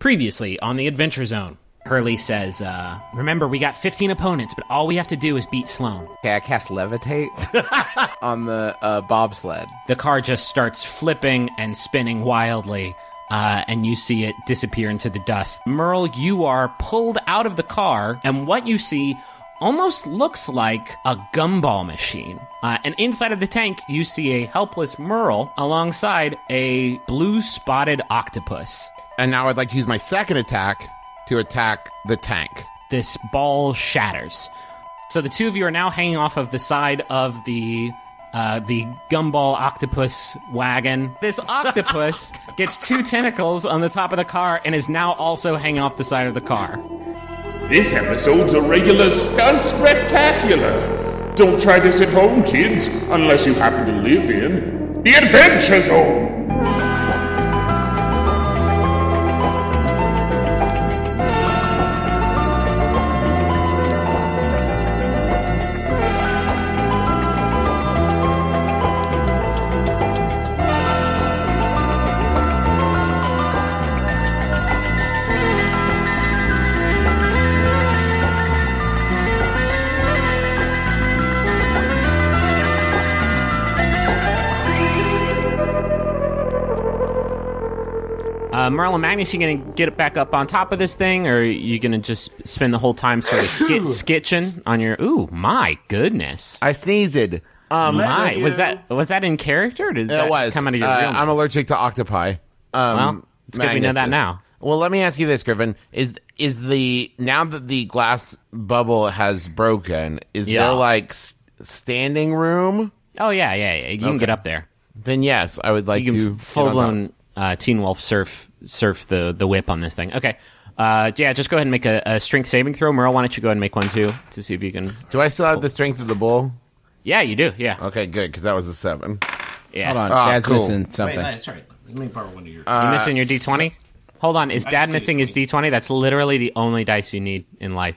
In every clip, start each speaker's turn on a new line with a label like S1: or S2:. S1: Previously on the Adventure Zone, Hurley says, uh, Remember, we got 15 opponents, but all we have to do is beat Sloan.
S2: Okay, I cast levitate on the uh, bobsled.
S1: The car just starts flipping and spinning wildly, uh, and you see it disappear into the dust. Merle, you are pulled out of the car, and what you see almost looks like a gumball machine. Uh, and inside of the tank, you see a helpless Merle alongside a blue spotted octopus.
S2: And now I'd like to use my second attack to attack the tank.
S1: This ball shatters. So the two of you are now hanging off of the side of the uh, the gumball octopus wagon. This octopus gets two tentacles on the top of the car and is now also hanging off the side of the car.
S3: This episode's a regular stunt spectacular. Don't try this at home, kids, unless you happen to live in the Adventure Zone.
S1: Uh, Merle and Magnus, you gonna get it back up on top of this thing, or you gonna just spend the whole time sort of skit- skitching on your? Ooh, my goodness!
S2: I sneezed. Um,
S1: My, was that was that in character? Or did
S2: It
S1: that
S2: was.
S1: come out of your
S2: Uh,
S1: real
S2: I'm
S1: name?
S2: allergic to octopi. Um,
S1: Well, it's good we know
S2: Magnus
S1: that
S2: is.
S1: now.
S2: Well, let me ask you this, Griffin: is is the now that the glass bubble has broken, is
S1: Yeah.
S2: there like s- standing room?
S1: Oh yeah, yeah, yeah. You can get up there.
S2: Then yes, I would like
S1: You
S2: to
S1: can
S2: get
S1: full
S2: on top.
S1: blown uh, Teen Wolf surf surf the the whip on this thing. Okay. Uh, yeah, just go ahead and make a, a strength saving throw. Merle, why don't you go ahead and make one too to see if you can.
S2: Do I still have the strength of the bull?
S1: Yeah, you do. Yeah,
S2: Okay, good because that was a seven.
S1: yeah.
S4: Uh, Hold on,
S2: Ah,
S4: Dad's
S2: cool.
S4: missing something.
S5: sorry. Let me borrow one of your.
S1: You missing your D twenty? Hold on, is Dad
S5: just did
S1: missing his D twenty? That's literally the only dice you need in life.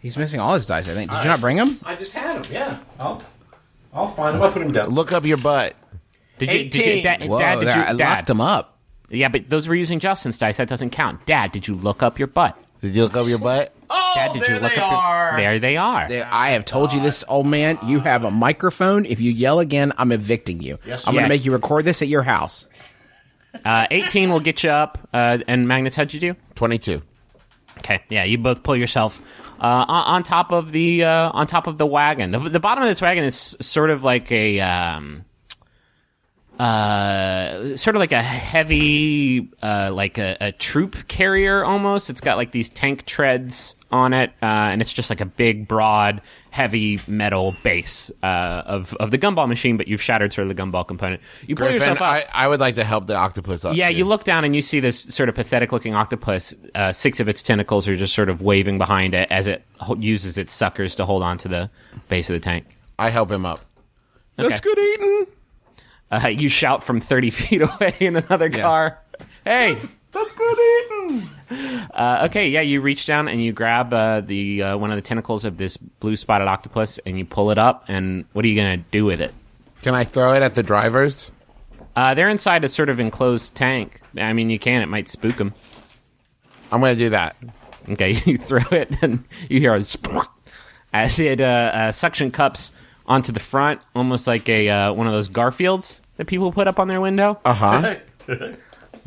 S4: He's missing all his dice. I think. Did you not bring him?
S5: I just had him. Yeah. I'll, I'll find him. I'll put him down.
S2: Look up your butt.
S1: Did you? Did you?
S5: 18.
S1: Dad,
S4: Whoa,
S1: Dad, did
S4: there,
S1: you?
S4: I
S1: Dad.
S4: locked him up.
S1: Yeah, but those were using Justin's dice. That doesn't count. Dad, did you look up your butt?
S2: Did you look up your butt?
S5: Oh,
S1: Dad, did you
S5: there
S1: look
S5: they
S1: up
S5: are.
S1: Your, there they are.
S4: There- I have told you this, old man. You have a microphone. If you yell again, I'm evicting you. I'm
S1: Yeah.
S4: going to make you record this at your house.
S1: Uh, 18 will get you up. Uh, and Magnus, how'd you do?
S2: Twenty-two.
S1: Okay, yeah, you both pull yourself uh, on, on top of the uh, on top of the wagon. The, the bottom of this wagon is sort of like a um, uh, sort of like a heavy uh, like a, a troop carrier almost. It's got like these tank treads on it, uh, and it's just like a big, broad, heavy metal base uh, of of the gumball machine. But you've shattered sort of the gumball component. You pull
S2: Griffin,
S1: yourself up.
S2: I, I would like to help the octopus up.
S1: Yeah,
S2: too.
S1: you look down and you see this sort of pathetic looking octopus. Uh, six of its tentacles are just sort of waving behind it as it ho- uses its suckers to hold on to the base of the tank.
S2: I help him up.
S4: That's good eating.
S1: Uh, you shout from 30 feet away in another car. Hey! That's, good eating! Uh, okay, yeah, you reach down and you grab uh, the uh, one of the tentacles of this blue spotted octopus and you pull it up. And what are you going to do with it?
S2: Can I throw it at the drivers?
S1: Uh, they're inside a sort of enclosed tank. I mean, you can, it might spook them.
S2: I'm going to do that.
S1: Okay, you throw it, and you hear a splunk as it uh, uh, suction cups onto the front, almost like a uh, one of those Garfields that people put up on their window.
S2: Uh
S4: Uh-huh.
S2: huh.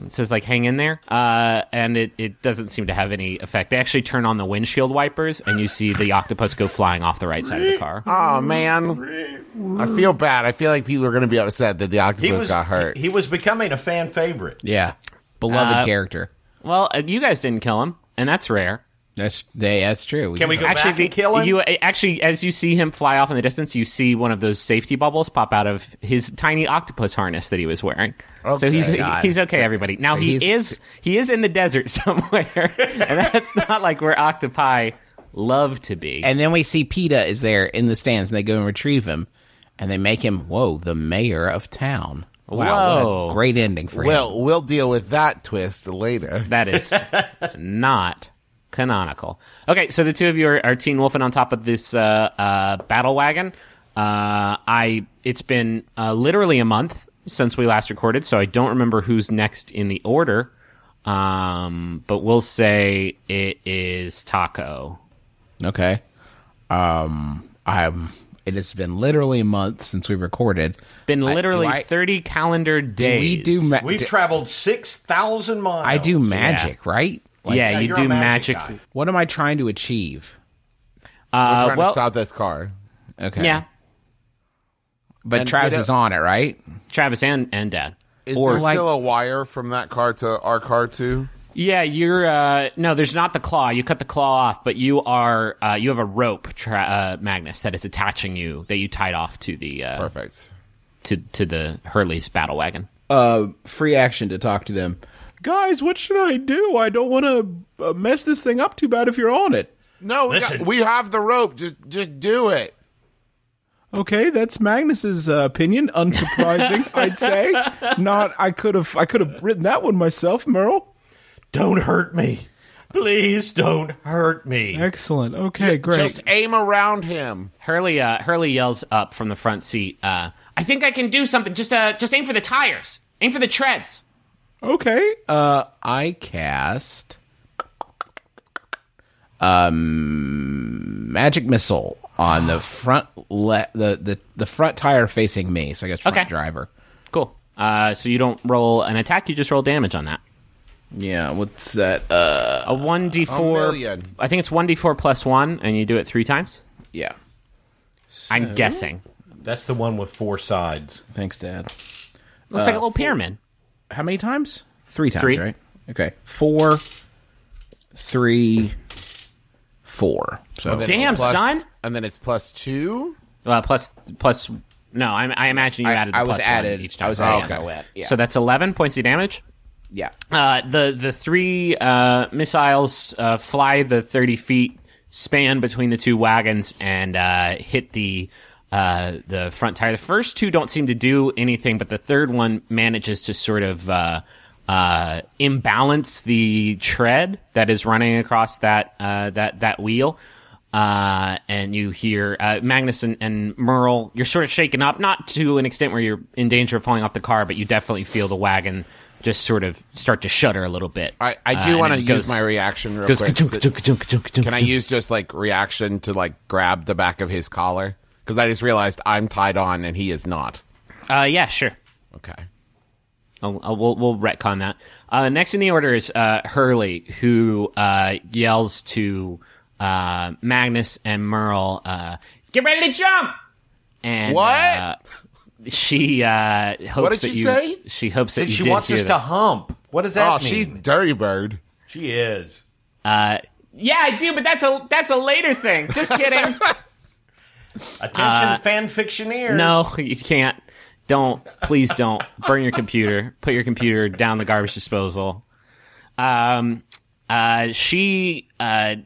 S1: It says like "hang in there," uh, and it, it doesn't seem to have any effect. They actually turn on the windshield wipers, and you see the octopus go flying off the right side of the car.
S2: oh man, I feel bad. I feel like people are going to be upset that the octopus got hurt.
S5: He, he was becoming a fan favorite.
S4: Yeah, beloved
S1: Uh,
S4: character.
S1: Well, uh, you guys didn't kill him, and that's rare.
S4: That's they, that's true.
S5: Can we go back
S1: the-
S5: and kill him?
S1: You actually, as you see him fly off in the distance, you see one of those safety bubbles pop out of his tiny octopus harness that he was wearing. so
S2: Okay,
S1: he's
S4: God.
S1: he's okay, everybody. Now
S4: so
S1: he
S4: he's-
S1: is he is in the desert somewhere, and that's not like where octopi love to be.
S4: And then we see PETA is there in the stands, and they go and retrieve him, and they make him whoa the mayor of town. Wow, what
S1: Whoa.
S4: a great ending for him.
S2: Well, we'll deal with that twist later.
S1: that is not canonical. Okay, so the two of you are, are Teen Wolfing on top of this uh, uh, battle wagon. Uh, I it's been uh, literally a month since we last recorded, so I don't remember who's next in the order. Um, but we'll say it is Taco.
S4: Okay. Um, I'm. It has been literally a month since we recorded.
S1: Been
S4: I- do
S1: literally
S4: I-
S1: 30 calendar days.
S4: we do. Ma-
S5: We've
S4: do-
S5: traveled six thousand miles.
S4: I do magic, right? Like,
S1: yeah,
S5: Yeah,
S1: you
S5: you're
S1: do
S5: a magic
S1: magic.
S5: guy.
S4: What am I trying to achieve?
S2: We're
S1: Uh,
S2: trying
S1: well,
S2: to stop this car.
S4: Okay.
S1: yeah,
S4: But
S2: And
S4: Travis
S2: get
S4: is
S2: a-
S4: on it, right?
S1: Travis and, and Dad.
S2: Is
S4: Or
S2: there
S4: like-
S2: still a wire from that car to our car too?
S1: Yeah, you're. Uh, no, there's not the claw. You cut the claw off, but you are. Uh, you have a rope, tra- uh, Magnus, that is attaching you that you tied off to the uh,
S2: Perfect.
S1: to to the Hurley's battle wagon.
S4: Free action to talk to them. Guys, what should I do? I don't want to mess this thing up too bad if you're on it.
S2: No, we, got-
S5: Listen.
S2: we have the rope. Just just do it.
S4: Okay, that's Magnus's uh, opinion. Unsurprising, I'd say. Not, I could have, I could have written that one myself, Merle.
S5: Don't hurt me. Please don't hurt me.
S4: Excellent. Okay, great.
S2: Just aim around him.
S1: Hurley uh, Hurley yells up from the front seat. Uh, I think I can do something. Just uh, just aim for the tires. Aim for the treads.
S4: okay. Uh, I cast um magic missile on the front le- the, the the front tire facing me. So I guess front
S1: Okay.
S4: driver.
S1: Cool. Uh, so you don't roll an attack. You just roll damage on that.
S4: Yeah. What's that? Uh,
S1: A one d
S2: A
S1: four.
S2: million.
S1: I think it's one d four plus one, and you do it three times.
S4: yeah.
S1: I'm guessing.
S5: That's the one with four sides.
S4: Thanks, Dad.
S1: Looks like a little pyramid.
S4: How many times? Three times,
S1: Three.
S4: right? Okay. Four, three, four. So
S2: Then
S1: Damn,
S2: plus-
S1: son.
S2: And then it's plus two.
S1: Uh, plus plus. No, I, I imagine you
S4: I,
S1: added. The
S4: I was
S1: plus
S4: added.
S1: one each time.
S4: I was
S1: Oh,
S4: added.
S1: okay.
S4: as I went. Yeah.
S1: So that's eleven points of damage.
S4: yeah.
S1: Uh, the the three uh, missiles uh, fly the thirty feet span between the two wagons and uh, hit the uh, the front tire. The first two don't seem to do anything, but the third one manages to sort of uh, uh, imbalance the tread that is running across that uh, that that wheel. Uh, and you hear uh, Magnus and, and Merle. You're sort of shaken up, not to an extent where you're in danger of falling off the car, but you definitely feel the wagon just sort of start to shudder a little bit.
S2: I, I do
S1: Uh,
S2: want
S1: and
S2: to
S1: it
S2: use
S1: goes-
S2: my reaction real
S1: goes
S2: quick.
S1: ka-chunk, ka-chunk, ka-chunk, ka-chunk, ka-chunk.
S2: Can I use just like reaction to like grab the back of his collar? Because I just realized I'm tied on and he is not.
S1: Uh, yeah, sure.
S2: Okay.
S1: I'll, I'll, we'll, we'll retcon that. Uh, next in the order is uh, Hurley, who uh, yells to uh, Magnus and Merle, uh, "Get ready to jump!" And
S2: What?
S1: uh, she uh, hopes
S2: did
S1: that
S2: she
S1: you.
S2: say?
S1: She hopes that you
S5: She
S1: did
S5: wants
S1: hear
S5: us
S1: that.
S5: to hump. What does
S2: Oh,
S5: that mean?
S2: she's Dirty Bird.
S5: She is.
S1: Yeah, I do, but that's a that's a later thing. Just kidding.
S5: Attention, fan fictioneers.
S1: no, you can't. Don't please don't burn your computer. Put your computer down the garbage disposal. Um, uh, she uh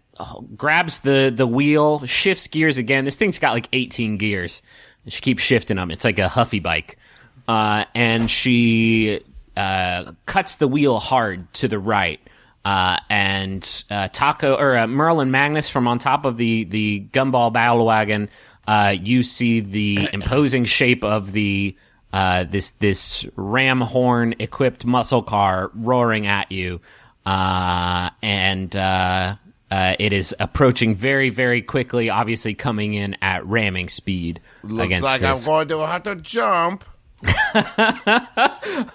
S1: grabs the the wheel, shifts gears again. This thing's got like 18 gears. She keeps shifting them. It's like a huffy bike. Uh, and she uh cuts the wheel hard to the right. Uh, and uh, Taco or uh, Merlin Magnus from on top of the the gumball battle wagon. Uh, you see the imposing shape of the uh, this this ram horn equipped muscle car roaring at you, uh, and uh, uh, it is approaching very very quickly. Obviously coming in at ramming speed
S2: Looks
S1: against
S2: like
S1: this.
S2: I'm going to have to jump.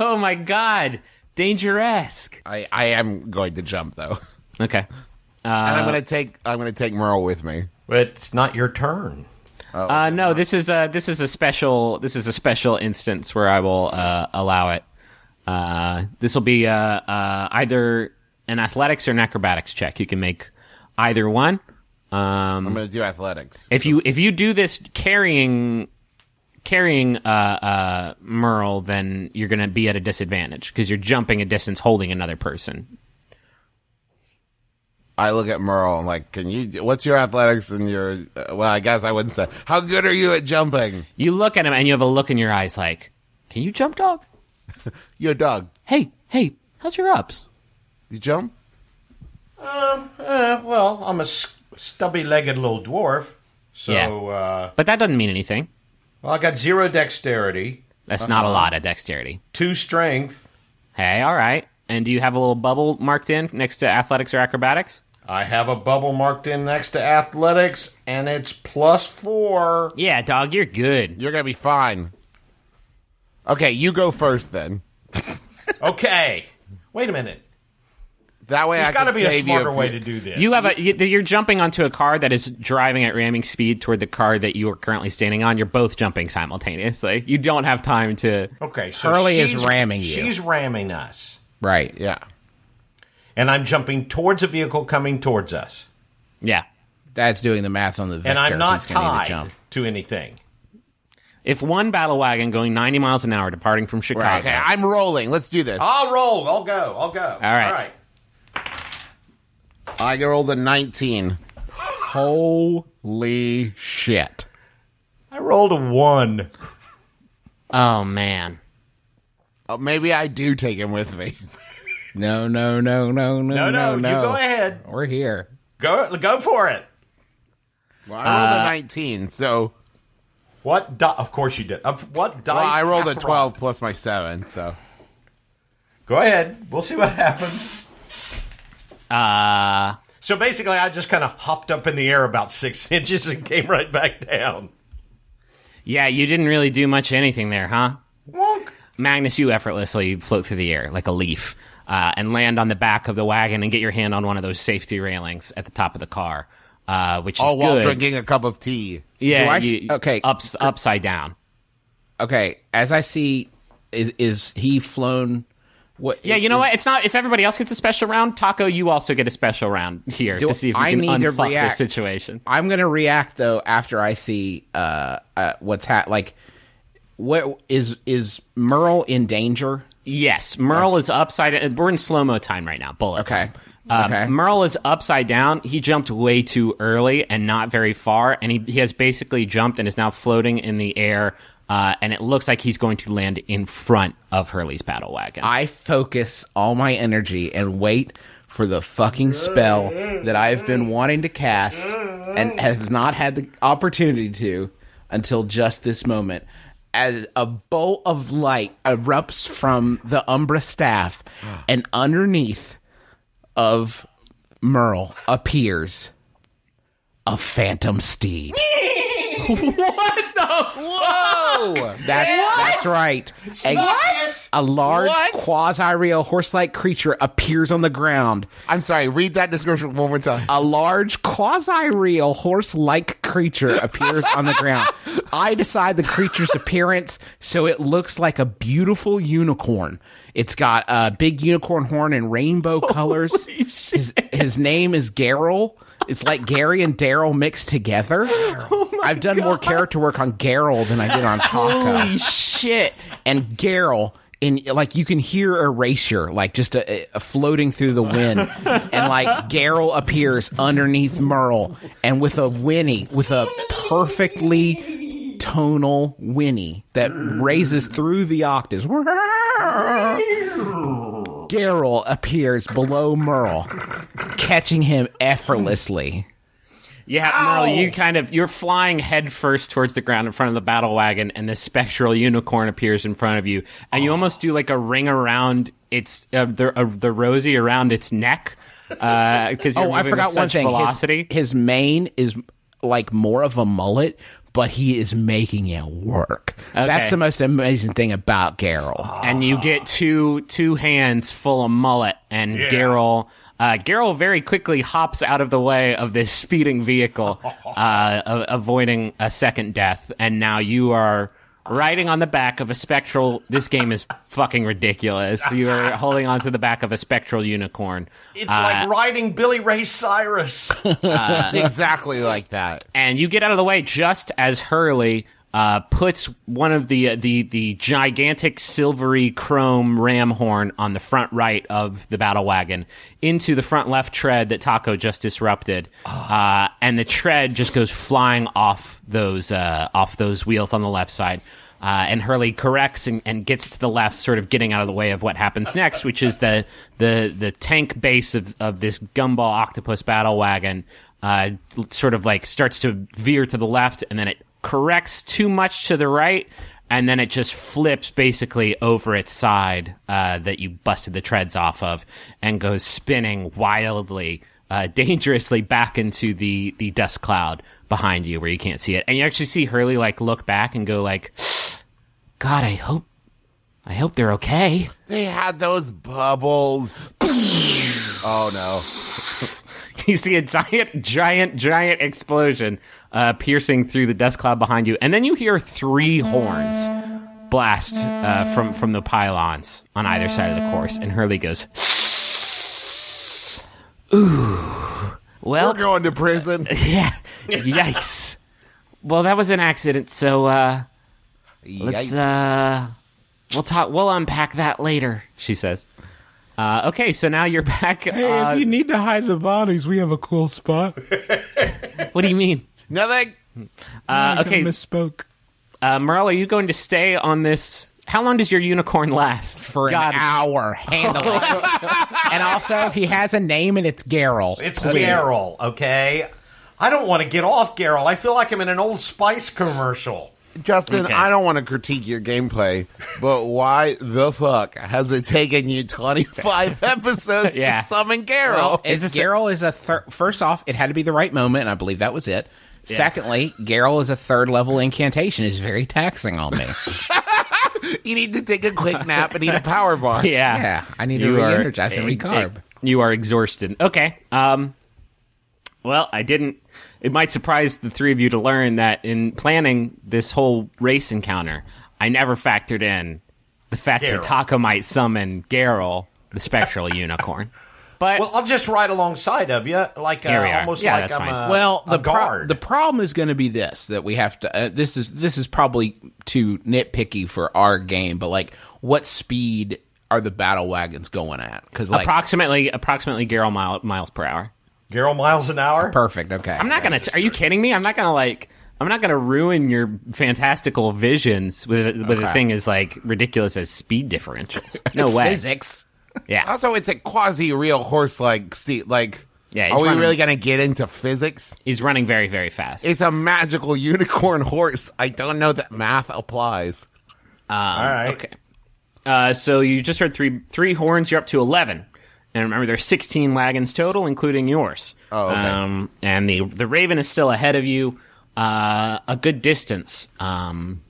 S1: oh my god, danger esque.
S2: I, I am going to jump though.
S1: Okay,
S2: and I'm gonna take I'm gonna take Merle with me.
S5: But it's not your turn.
S1: uh, no, this is a this is a special this is a special instance where I will uh, allow it. Uh, this will be uh, uh, either an athletics or an acrobatics check. You can make either one. Um,
S2: I'm gonna do athletics.
S1: If you if you do this carrying carrying uh, uh, Merle, then you're going to be at a disadvantage because you're jumping a distance holding another person.
S2: I look at Merle. I'm like, can you? What's your athletics and your? Uh, well, I guess I wouldn't say. How good are you at jumping?
S1: You look at him and you have a look in your eyes like, "Can you jump, dog?
S2: Your dog.
S1: Hey, hey, how's your ups?"
S2: You jump.
S5: Uh, well, I'm a stubby legged little dwarf. So,
S1: Yeah.
S5: uh,
S1: But that doesn't mean anything.
S5: well, I got zero dexterity,
S1: Uh-huh. That's not a lot of dexterity.
S5: two strength,
S1: Hey, all right. And do you have a little bubble marked in next to athletics or acrobatics?
S6: I have a bubble marked in next to athletics, and it's plus four.
S1: Yeah, dog, you're good.
S2: You're gonna be fine. Okay, you go first then.
S6: Okay. Wait a minute.
S2: That way,
S6: There's
S2: I can
S6: got to be a
S2: save you
S6: smarter
S2: if
S6: way
S2: you-
S6: to do this.
S1: You have a you- you're jumping onto a car that is driving at ramming speed toward the car that you are currently standing on. You're both jumping simultaneously. You don't have time to
S6: okay, so
S7: Hurley is
S6: she's,
S7: ramming you.
S6: She's ramming us,
S7: Right.
S2: Yeah.
S6: and I'm jumping towards a vehicle coming towards us,
S1: yeah.
S7: Dad's doing the math on the vector.
S6: and I'm not
S7: He's gonna need to
S6: tied
S7: jump.
S6: to anything.
S1: If one battle wagon going 90 miles an hour departing from Chicago.
S2: Right. Okay, I'm rolling. Let's do this.
S6: I'll roll. I'll go. I'll go. All
S1: right.
S6: All right.
S2: I rolled a 19.
S4: Holy shit.
S6: I rolled a one.
S1: Oh man.
S2: Oh, maybe I do take him with me.
S7: No, no, no, no, no,
S6: No,
S7: no,
S6: no,
S7: no.
S6: you go ahead.
S7: We're here.
S6: Go, go for it.
S2: Well, I rolled a 19, so
S6: What? Di- of course you did. Of what dice?
S2: well, I rolled a
S6: Hathrock?
S2: 12 plus my 7, so.
S6: Go ahead. We'll see what happens. Uh.
S5: Uh,
S6: So basically, I just kind of hopped up in the air about six inches and came right back down.
S1: Yeah, you didn't really do much anything there, huh?
S6: Wonk.
S1: Magnus, you effortlessly float through the air like a leaf uh, and land on the back of the wagon and get your hand on one of those safety railings at the top of the car, uh, which is
S2: All Oh, while
S1: good. E-
S2: drinking a cup of tea.
S1: Yeah,
S7: Do I s-
S1: you-
S7: okay.
S1: ups, upside down.
S7: Okay, as I see, is is he flown? What?
S1: Yeah, you know what? It's not if everybody else gets a special round. Taco, you also get a special round here
S7: Do
S1: to see if we
S7: I
S1: can
S7: need to
S1: unfuck
S7: react?
S1: this situation.
S7: I'm gonna react though after I see uh, uh what's hat like. What is is Merle in danger?
S1: Yes, Merle is upside. We're in slow mo time right now. Bullet.
S7: Okay.
S1: time. Um,
S7: Okay.
S1: Merle is upside down. He jumped way too early and not very far, and he, he has basically jumped and is now floating in the air. Uh, and it looks like he's going to land in front of Hurley's battle wagon.
S7: I focus all my energy and wait for the fucking spell that I've been wanting to cast and have not had the opportunity to until just this moment. As a bolt of light erupts from the Umbra staff, and underneath of Merle appears a phantom steed.
S2: Whoa!
S7: That, That's right. A, a large quasi real horse like creature appears on the ground.
S2: I'm sorry, read that description one more
S1: Uh,
S2: time.
S7: A large quasi real horse like creature appears on the ground. I decide the creature's appearance so it looks like a beautiful unicorn. It's got a big unicorn horn in rainbow colors. His, his name is Garrel. It's like Gary and Daryl mixed together. I've done more character work on Garrel than I did on Taco
S1: Holy shit!
S7: and Geralt in like you can hear erasure like just a, a floating through the wind and like Geralt appears underneath Merle and with a whinny with a perfectly tonal whinny that raises through the octaves Geralt appears below Merle catching him effortlessly
S1: Yeah, Merle, you kind of you're flying headfirst towards the ground in front of the battle wagon, and this spectral unicorn appears in front of you, and you almost do like a ring around its uh, the uh, the rosy around its neck because you're
S7: Oh, I
S1: moving
S7: forgot
S1: with
S7: one
S1: such
S7: thing. His-
S1: velocity.
S7: His, mane is like more of a mullet, but he is making it work. That's the most amazing thing about Geralt.
S1: and you get two two hands full of mullet and Geralt. Uh, Geralt very quickly hops out of the way of this speeding vehicle, uh, a- avoiding a second death, and now you are riding on the back of a spectral. This game is fucking ridiculous. You are holding onto the back of a spectral unicorn,
S6: It's
S1: Uh,
S6: like riding Billy Ray Cyrus.
S2: It's exactly like that.
S1: and you get out of the way just as Hurley uh, puts one of the uh, the the gigantic silvery chrome ram horn on the front right of the battle wagon into the front left tread that Taco just disrupted, uh, and the tread just goes flying off those uh, off those wheels on the left side. Uh, and Hurley corrects and, and gets to the left, sort of getting out of the way of what happens next, which is the the the tank base of, of this gumball octopus battle wagon. Uh, sort of like starts to veer to the left, and then it corrects too much to the right, and then it just flips basically over its side uh, that you busted the treads off of and goes spinning wildly, uh, dangerously back into the, the dust cloud behind you where you can't see it. And you actually see Hurley like look back and go like, God, I hope, I hope they're okay.
S2: They had those bubbles. oh no.
S1: you see a giant, giant, giant explosion uh, piercing through the dust cloud behind you, and then you hear three horns blast uh, from from the pylons on either side of the course. And Hurley goes, "Ooh, well,
S2: We're going to prison.
S1: yeah, yikes. Well, that was an accident. So uh, let's uh, we'll talk. We'll unpack that later," she says. Uh, okay, so now you're back.
S4: Hey,
S1: uh,
S4: if you need to hide the bodies, we have a cool spot.
S1: what do you mean?
S2: Nothing.
S1: Uh,
S4: I
S1: okay,
S4: misspoke.
S1: Uh, Merle, are you going to stay on this? How long does your unicorn last?
S7: for
S1: God.
S7: an hour. Handle it. and also, he has a name, and it's Geralt.
S5: It's Geralt, okay? I don't want to get off Geralt. I feel like I'm in an old Spice commercial.
S2: Justin,
S1: Okay.
S2: I don't want to critique your gameplay, but why the fuck has it taken you 25 episodes
S1: Yeah.
S2: to summon Geralt?
S7: Is
S1: this a-
S7: Geralt is a thir- first off, it had to be the right moment, and I believe that was it. Secondly, Geralt is a third level incantation. is very taxing on me.
S2: you need to take a quick nap and eat a power bar.
S1: Yeah,
S7: yeah, I need to
S1: You are-
S7: re-energize and recarb.
S1: you are exhausted. Okay. Um, well, I didn't. It might surprise the three of you to learn that in planning this whole race encounter, I never factored in the fact that
S5: Geralt.
S1: Taka might summon Geralt, the spectral unicorn. But
S5: Well, I'll just ride alongside of you, like
S1: Here we
S5: uh,
S1: are.
S5: almost
S1: Yeah,
S5: like
S1: that's
S5: I'm
S1: fine.
S5: a,
S7: well,
S5: a
S7: the pro-
S5: guard.
S7: the problem is going to be this that we have to. Uh, this is this is probably too nitpicky for our game, but like, what speed are the battle wagons going at? Because like,
S1: approximately, approximately Geralt mile, miles per hour.
S5: Geralt miles an hour.
S7: perfect. Okay,
S1: I'm not gonna. are you kidding me? I'm not gonna like. I'm not gonna ruin your fantastical visions with with a thing as like ridiculous as speed differentials. No way.
S7: physics.
S1: Yeah.
S2: Also, it's a quasi real horse like ste Like,
S1: Yeah, it's
S2: are we
S1: running-
S2: really going to get into physics?
S1: He's running very very fast.
S2: It's a magical unicorn horse. I don't know that math applies.
S5: All right.
S1: Um, Okay. Uh, so you just heard three three horns. You're up to eleven, and remember there's sixteen wagons total, including yours.
S2: Oh, okay.
S1: Um, and the the Raven is still ahead of you, uh, a good distance. Um,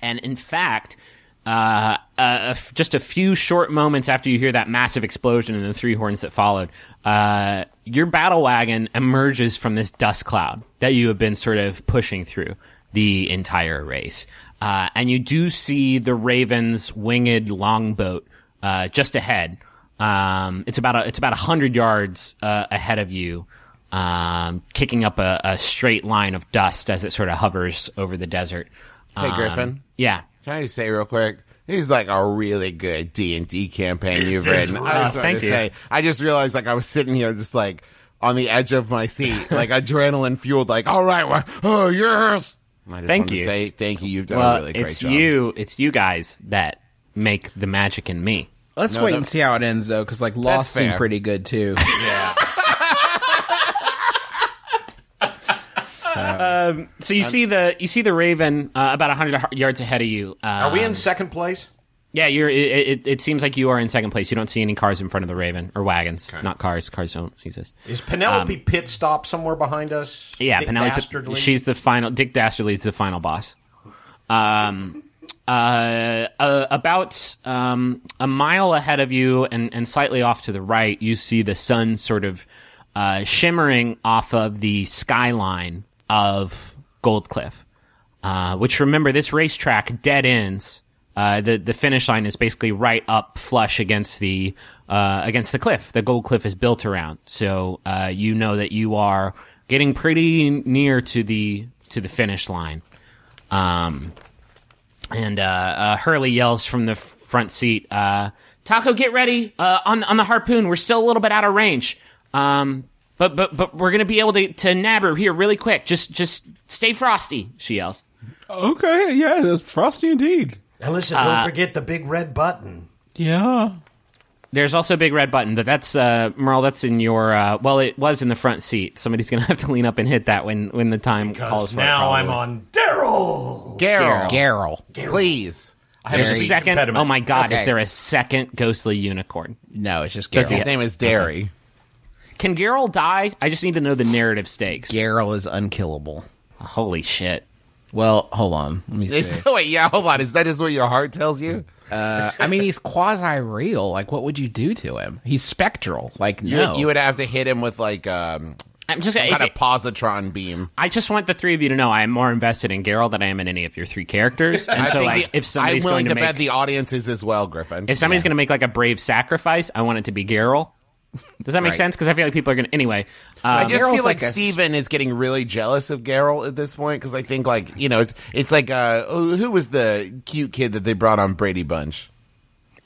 S1: and in fact, uh, uh, just a few short moments after you hear that massive explosion and the three horns that followed, uh, your battle wagon emerges from this dust cloud that you have been sort of pushing through the entire race. Uh, and you do see the Raven's winged longboat uh, just ahead. Um, it's about a, it's about hundred yards uh, ahead of you um, kicking up a, a straight line of dust as it sort of hovers over the desert.
S2: Hey, Griffin.
S1: Yeah.
S2: Um, Can I just say real quick? He's like a really good D and D campaign you've written. I just
S1: Uh,
S2: wanted
S1: thank
S2: to
S1: you.
S2: say, I just realized like I was sitting here just like on the edge of my seat, like adrenaline fueled. Like, all right, well, oh yes. And I just
S1: Thank
S2: wanted
S1: you.
S2: To say thank you. You've done a
S1: Well,
S2: really great
S1: it's
S2: job.
S1: you. It's you guys that make the magic in me.
S7: Let's
S2: No,
S7: wait
S2: that-
S7: and see how it ends, though, because like Lost seemed
S2: fair.
S7: pretty good too.
S1: So
S5: Uh,
S1: you see the you see the raven uh, about hundred yards ahead of you. Uh,
S5: Are we in second place?
S1: Yeah, you're. It, it, it seems like you are in second place. You don't see any cars in front of the raven or wagons. Not cars. Cars don't exist.
S5: Is Penelope Pit stop somewhere behind us?
S1: Um, Yeah,
S5: Dick
S1: Penelope.
S5: Dastardly?
S1: She's the final. Dick Dastardly's the final boss. Um, uh, uh, about um, a mile ahead of you and, and slightly off to the right, you see the sun sort of uh, shimmering off of the skyline of Gold Cliff. Uh, which remember, this racetrack dead ends. Uh, the the finish line is basically right up flush against the uh, against the cliff. The gold cliff is built around, so uh, you know that you are getting pretty near to the to the finish line. Um, and uh, uh, Hurley yells from the front seat, uh, "Taco, get ready uh, on on the harpoon. We're still a little bit out of range, um, but but but we're gonna be able to to nab her here really quick. Just just stay frosty," she yells.
S4: Okay, yeah, that's frosty indeed.
S5: And listen, don't forget the big red button.
S4: Yeah.
S1: There's also a big red button, but that's uh, Merle. That's in your uh, well, it was in the front seat. Somebody's gonna have to lean up and hit that when when the time calls
S5: Because
S1: for it,
S5: now
S1: probably.
S5: I'm on Daryl.
S2: Geralt.
S7: Geralt.
S2: Please.
S5: I have
S1: There's
S5: a
S1: a
S5: speech
S1: second.
S5: impediment.
S1: Oh my god, is
S7: Okay.
S1: there a second ghostly unicorn?
S7: No, it's just
S1: Does he
S7: Geralt.
S2: His name is Derry.
S1: Can Geralt die? I just need to know the narrative stakes.
S7: Geralt is unkillable.
S1: Holy shit.
S7: Well, hold on. Let me see.
S2: It's, wait, yeah, hold on. Is that just what your heart tells you?
S7: I mean, he's quasi real. Like, what would you do to him? He's spectral. Like,
S2: You,
S7: no.
S2: you would have to hit him with like um,
S1: I'm just
S2: some
S1: if
S2: kind
S1: it-
S2: of positron beam.
S1: I just want the three of you to know I am more invested in Geralt than I am in any of your three characters. And
S2: I
S1: so
S2: think
S1: like
S2: the-
S1: if somebody's
S2: I'm willing
S1: going to,
S2: to,
S1: make
S2: bet the audience is as well, Griffin.
S1: if somebody's going to make like a brave sacrifice, I want it to be Geralt. Does that make
S7: Right.
S1: sense? Because I feel like people are going to anyway.
S2: I
S1: Uh,
S2: just
S7: Geralt's
S2: feel like,
S7: like a-
S2: Steven is getting really jealous of Geralt at this point because I think like you know it's it's like uh, who who was the cute kid that they brought on Brady Bunch?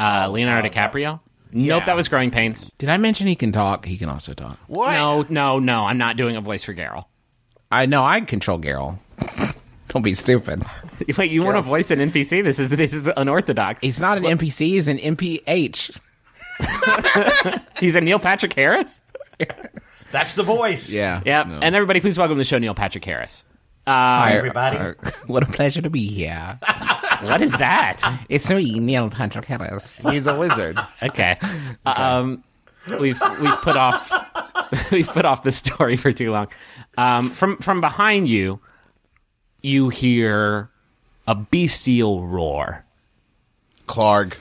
S1: uh, Leonardo DiCaprio. Nope, that was Growing Pains.
S7: Did I mention he can talk? He can also talk.
S2: What?
S1: No, no, no. I'm not doing a voice for Geralt.
S7: I know I control Geralt. Don't be stupid.
S1: Wait, you want to voice an NPC? This is this is unorthodox.
S7: He's not an NPC. He's an MPH.
S1: He's a Neil Patrick Harris.
S5: That's the voice.
S7: Yeah.
S1: Yeah,
S7: No.
S1: and everybody, please welcome to the show Neil Patrick Harris.
S7: Hi,
S5: everybody.
S7: what a pleasure to be here.
S1: What is that?
S7: It's me, Neil Patrick Harris.
S2: he's a wizard.
S1: Okay. Um, we've we've put off we've put off this story for too long. Um, from from behind you, you hear a bestial roar.
S2: Clark.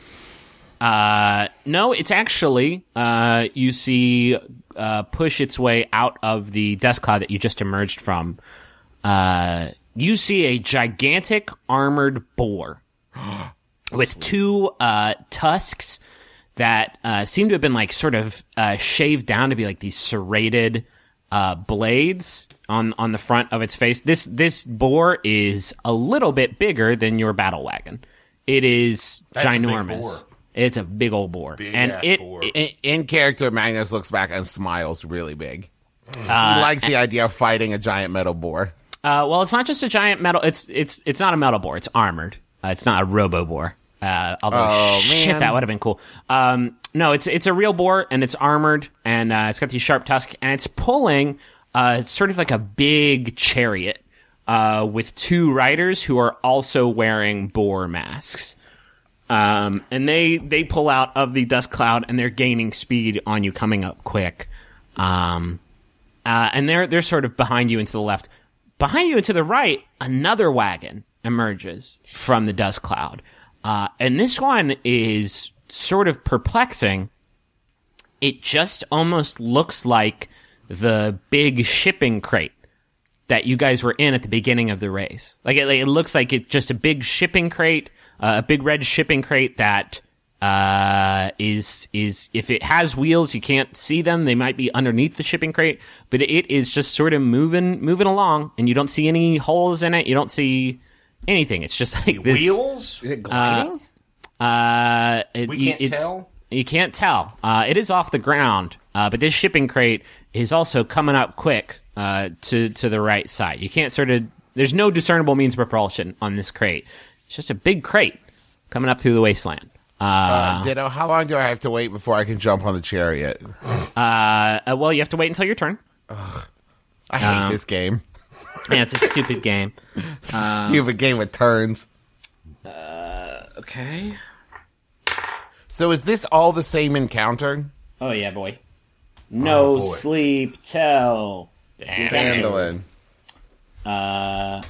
S1: No, it's actually uh, you see uh, push its way out of the dust cloud that you just emerged from. Uh, you see a gigantic armored boar with two uh, tusks that uh, seem to have been like sort of uh, shaved down to be like these serrated uh, blades on on the front of its face. This this boar is a little bit bigger than your battle wagon. It is
S5: That's a big
S1: ginormous.
S5: boar.
S1: It's a big old boar, and
S5: ass
S1: it,
S5: boar.
S1: it-
S2: In, in character, Magnus looks back and smiles really big. he likes the idea of fighting a giant metal boar.
S1: uh, well, it's not just a giant metal. It's it's it's not a metal boar. It's armored. Uh, it's not a robo boar. Uh, although shit,
S2: man.
S1: that would have been cool. Um, no, it's it's a real boar and it's armored and uh, it's got these sharp tusks and it's pulling uh, it's sort of like a big chariot uh, with two riders who are also wearing boar masks. Um, and they they pull out of the dust cloud and they're gaining speed on you, coming up quick. Um, uh, and they're they're sort of behind you and to the left. Behind you and to the right, another wagon emerges from the dust cloud, uh, and this one is sort of perplexing. It just almost looks like the big shipping crate that you guys were in at the beginning of the race. Like it, it looks like it's just a big shipping crate, uh, a big red shipping crate that uh, is is if it has wheels, you can't see them. They might be underneath the shipping crate, but it is just sort of moving moving along, and you don't see any holes in it. You don't see anything. It's just like this.
S5: Wheels?
S7: Is it gliding?
S1: Uh, it-
S5: We
S1: you-
S5: can't
S1: it's-
S5: tell?
S1: You can't tell. Uh, it is off the ground, uh, but this shipping crate is also coming up quick uh, to to the right side. You can't sort of. There's no discernible means of propulsion on this crate. It's just a big crate coming up through the wasteland.
S2: Uh, Ditto, how long do I have to wait before I can jump on the chariot?
S1: Uh, well, you have to wait until your turn.
S2: I hate this game.
S1: Yeah, it's a stupid game.
S2: It's a stupid game with turns.
S1: Okay.
S2: So is this all the same encounter?
S1: Oh yeah, boy. No sleep tell.
S2: Handling.
S1: Okay.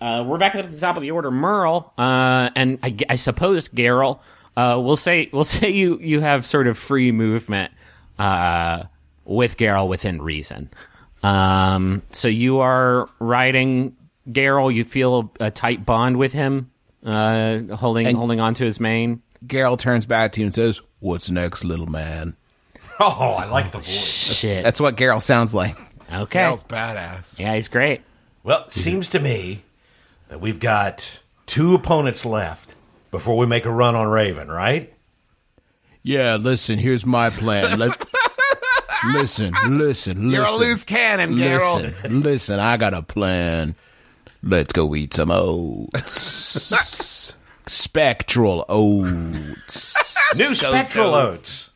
S1: Uh, we're back at the top of the order, Merle, uh, and I, g- I suppose Geralt. Uh, we'll say we'll say you you have sort of free movement uh, with Geralt within reason. Um, so you are riding Geralt. You feel a, a tight bond with him, uh, holding holding on to his mane.
S7: Geralt turns back to you and says, What's next, little man?
S5: Oh, I like the voice.
S1: Shit.
S7: That's what Geralt sounds like.
S1: okay.
S2: That was badass.
S1: Yeah, he's great.
S5: Well, it seems to me that we've got two opponents left before we make a run on Raven, right?
S7: Yeah, listen, here's my plan. Let- listen, listen, listen.
S2: You're a loose cannon, Geralt.
S7: Listen, listen, I got a plan. Let's go eat some oats. Spectral oats.
S5: New spectral oats.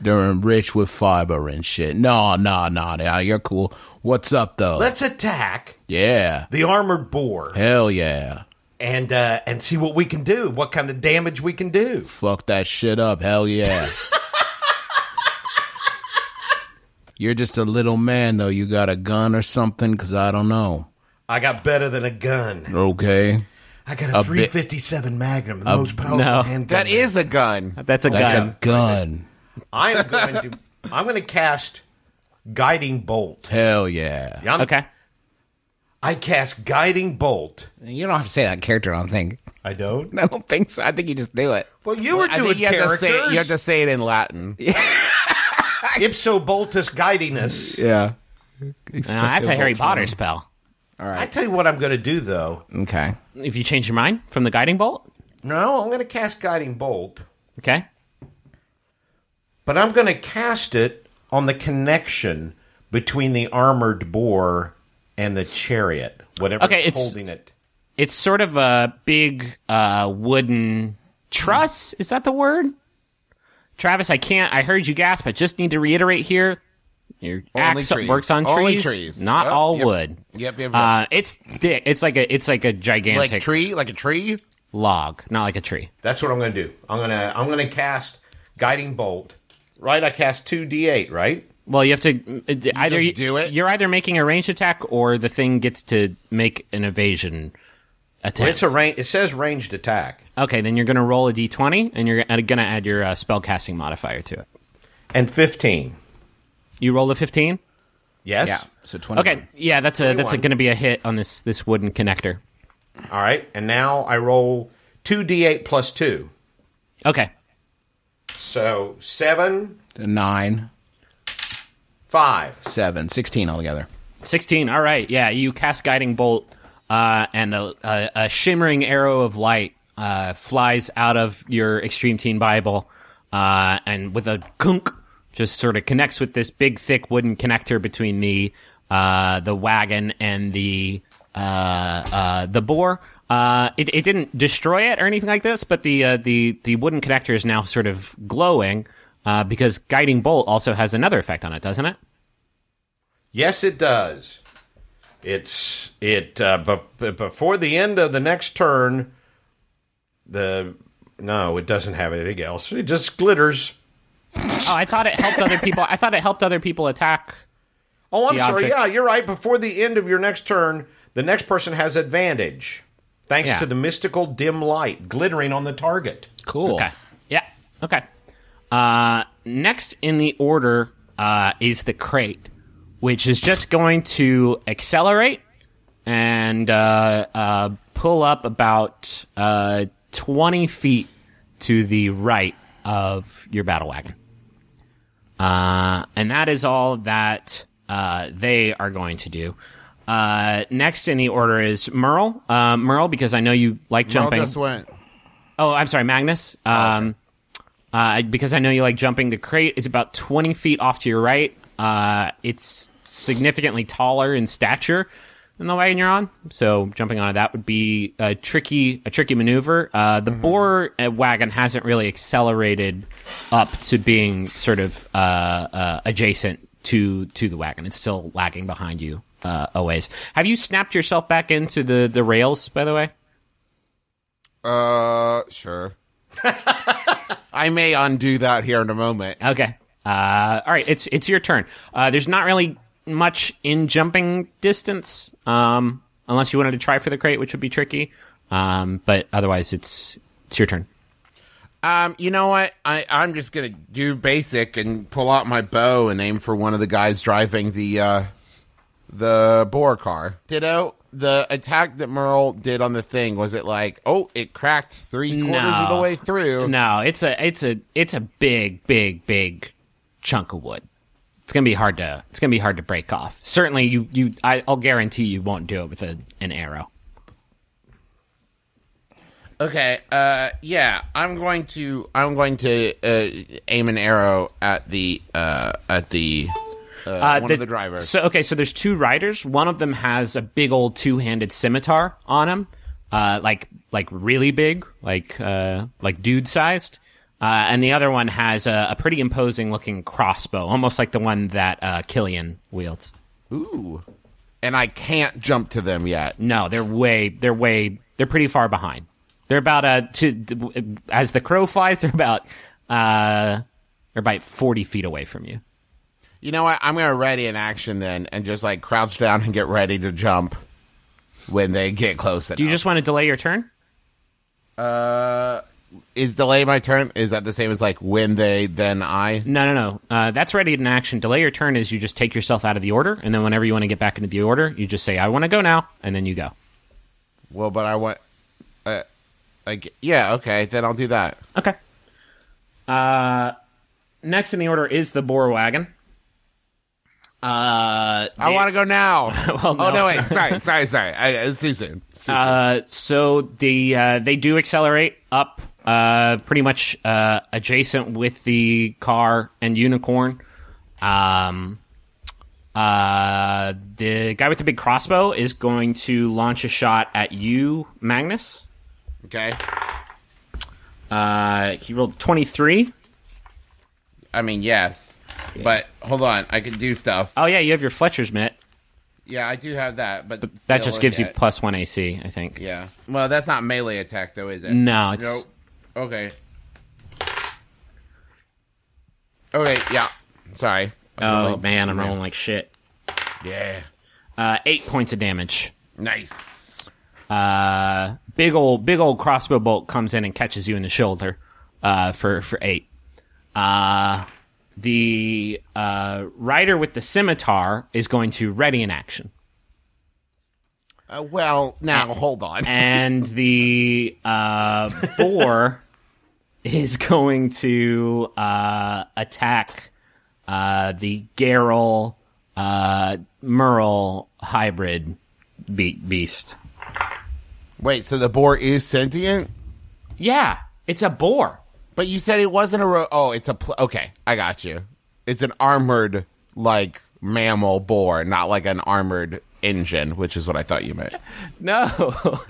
S7: They're enriched with fiber and shit. No, no, no, no. You're cool. What's up though?
S5: Let's attack
S7: yeah.
S5: the armored boar
S7: Hell yeah.
S5: and uh, and see what we can do. What kind of damage we can do?
S7: Fuck that shit up. Hell yeah. You're just a little man though. You got a gun or something? Cause I don't know.
S5: I got better than a gun.
S7: Okay.
S5: I got a,
S7: A bit-
S5: 357 Magnum, the most powerful
S1: No.
S5: handgun.
S2: That
S5: there
S2: is a gun.
S1: That's a
S7: That's
S1: gun.
S7: a gun.
S5: I'm going to I'm going to cast guiding bolt.
S7: Hell yeah.
S5: I'm-
S1: okay.
S5: I cast guiding bolt.
S7: You don't have to say that character, I don't think.
S5: I don't.
S7: I don't think so. I think you just do it.
S5: Well, you were
S2: I
S5: doing
S2: think you have, to
S5: characters.
S2: say it, you have to say it in Latin.
S5: If so, boltus guidiness.
S4: Yeah.
S1: No, Uh, that's a Harry Potter spell.
S5: I tell you what I'm going to do though.
S7: Okay.
S1: If you change your mind from the guiding bolt,
S5: No, I'm going to cast guiding bolt,
S1: okay.
S5: but I'm going to cast it on the connection between the armored boar and the chariot, whatever's
S1: Okay, it's-
S5: holding it.
S1: It's sort of a big uh, wooden truss. Is that the word? Travis, I can't. I heard you gasp. I just need to reiterate here. Your
S2: Only
S1: axe
S2: trees.
S1: works on
S2: Only
S1: trees,
S2: trees.
S1: not
S2: Yep,
S1: all
S2: yep.
S1: wood.
S2: Yep, yep, yep.
S1: Uh, it's thick. It's like a. It's like a gigantic
S2: like tree, like a tree.
S1: log, not like a tree.
S5: That's what I'm going to do. I'm going to I'm going to cast guiding bolt. Right, I cast two d8. Right.
S1: Well, you have to uh, either
S2: just
S1: you-
S2: do it?
S1: You're either making a range attack or the thing gets to make an evasion attack.
S5: It's a range. It says ranged attack,
S1: okay, then you're going to roll a d20 and you're going to add your uh, spellcasting modifier to it.
S5: and fifteen.
S1: You roll a 15.
S5: Yes.
S7: So 20.
S1: Okay, yeah, that's a that's
S5: 21.
S1: going to be a hit on this this wooden connector.
S5: All right. And now I roll two d8 plus two.
S1: Okay,
S5: So seven,
S7: 9,
S5: five.
S7: 7, 16 altogether.
S1: 16. All right, yeah, you cast guiding bolt, uh, and a, a, a shimmering arrow of light uh, flies out of your extreme teen Bible, uh, and with a kunk, just sort of connects with this big thick wooden connector between the uh, the wagon and the uh, uh, the boar. Uh, it, it didn't destroy it or anything like this, but the uh, the the wooden connector is now sort of glowing uh, because guiding bolt also has another effect on it, doesn't it?
S5: Yes, it does. It's it uh, b- b- before the end of the next turn. The no, it doesn't have anything else. It just glitters.
S1: Oh, I thought it helped other people. I thought it helped other people attack.
S5: Oh, I'm
S1: The
S5: sorry.
S1: object-
S5: Yeah, you're right. Before the end of your next turn, the next person has advantage, thanks
S1: Yeah.
S5: to the mystical dim light glittering on the target.
S7: Cool.
S1: Okay. Yeah. Okay. Uh, next in the order uh, is the crate, which is just going to accelerate and uh, uh, pull up about uh, 20 feet to the right of your battle wagon. Uh, and that is all that uh, they are going to do. Uh, next in the order is Merle. Uh, Merle, because I know you like
S2: Merle
S1: jumping.
S2: just went.
S1: Oh, I'm sorry, Magnus. Um, uh, because I know you like jumping, the crate is about 20 feet off to your right. Uh, it's significantly taller in stature than the wagon you're on, so jumping onto that would be a tricky, a tricky maneuver. Uh, the boar uh, wagon hasn't really accelerated up to being sort of uh, uh, adjacent to to the wagon. It's still lagging behind you uh, a ways. Have you snapped yourself back into the the rails? By the way.
S2: Uh, sure. I may undo that here in a moment.
S1: Okay. Uh, all right. It's it's your turn. Uh, there's not really much in jumping distance, um, unless you wanted to try for the crate, which would be tricky. Um, but otherwise, it's it's your turn.
S2: Um, you know what? I I'm just gonna do basic and pull out my bow and aim for one of the guys driving the uh the boar car. Ditto. The attack that Merle did on the thing was it like oh it cracked three quarters of
S1: No.
S2: the way through.
S1: No, it's a it's a it's a big big big chunk of wood. It's gonna be hard to it's gonna be hard to break off. Certainly, you you I, I'll guarantee you won't do it with a, an arrow.
S2: Okay. Uh, yeah, I'm going to I'm going to uh, aim an arrow at the uh at the uh, one of the drivers.
S1: So okay, so there's two riders. One of them has a big old two-handed scimitar on him, uh, like like really big, like uh, like dude-sized. Uh, and the other one has a, a pretty imposing looking crossbow, almost like the one that uh, Killian wields.
S2: Ooh. And I can't jump to them yet.
S1: No, they're way, they're way, they're pretty far behind. They're about uh to as the crow flies, they're about uh, they're about forty feet away from you.
S2: You know what? I'm gonna ready in action then, and just like crouch down and get ready to jump when they get close.
S1: Do you just want to delay your turn?
S2: Uh, is delay my turn? Is that the same as like when they then I?
S1: No, no, no. Uh, that's ready in action. Delay your turn is you just take yourself out of the order, and then whenever you want to get back into the order, you just say, "I want to go now," and then you go.
S2: Well, but I want. Uh, like yeah, okay, then I'll do that.
S1: Okay. Uh, next in the order is the boar wagon. Uh,
S2: I want to go now.
S1: Well,
S2: Oh
S1: no.
S2: no, wait, sorry, sorry, sorry. I, it's too soon. It's too
S1: Uh, so the uh, they do accelerate up, uh, pretty much uh, adjacent with the car and unicorn. Um, uh, the guy with the big crossbow is going to launch a shot at you, Magnus.
S2: soon. Okay,
S1: Uh, he rolled twenty three.
S2: I mean yes, but hold on, I can do stuff.
S1: Oh yeah, you have your Fletcher's mitt.
S2: Yeah, I do have that, but,
S1: That
S2: still,
S1: just gives you
S2: yeah.
S1: plus one AC, I think.
S2: Yeah. Well, that's not melee attack though, is it?
S1: No, it's
S2: Nope. Okay. Okay. Yeah. Sorry.
S1: oh man, I'm rolling like shit.
S2: Yeah.
S1: Uh, eight points of damage.
S2: Nice.
S1: uh, big old big old crossbow bolt comes in and catches you in the shoulder uh, for for eight. Uh, the uh, rider with the scimitar is going to ready in action,
S2: Uh, well, now hold on.
S1: and the uh, boar is going to uh, attack uh, the Geralt uh, Merle hybrid be- beast.
S2: Wait. So the boar is sentient,
S1: Yeah, it's a boar.
S2: but you said it wasn't a. Ro- oh, it's a. Pl- okay, I got you. It's an armored like mammal boar, not like an armored engine, which is what I thought you meant.
S1: No.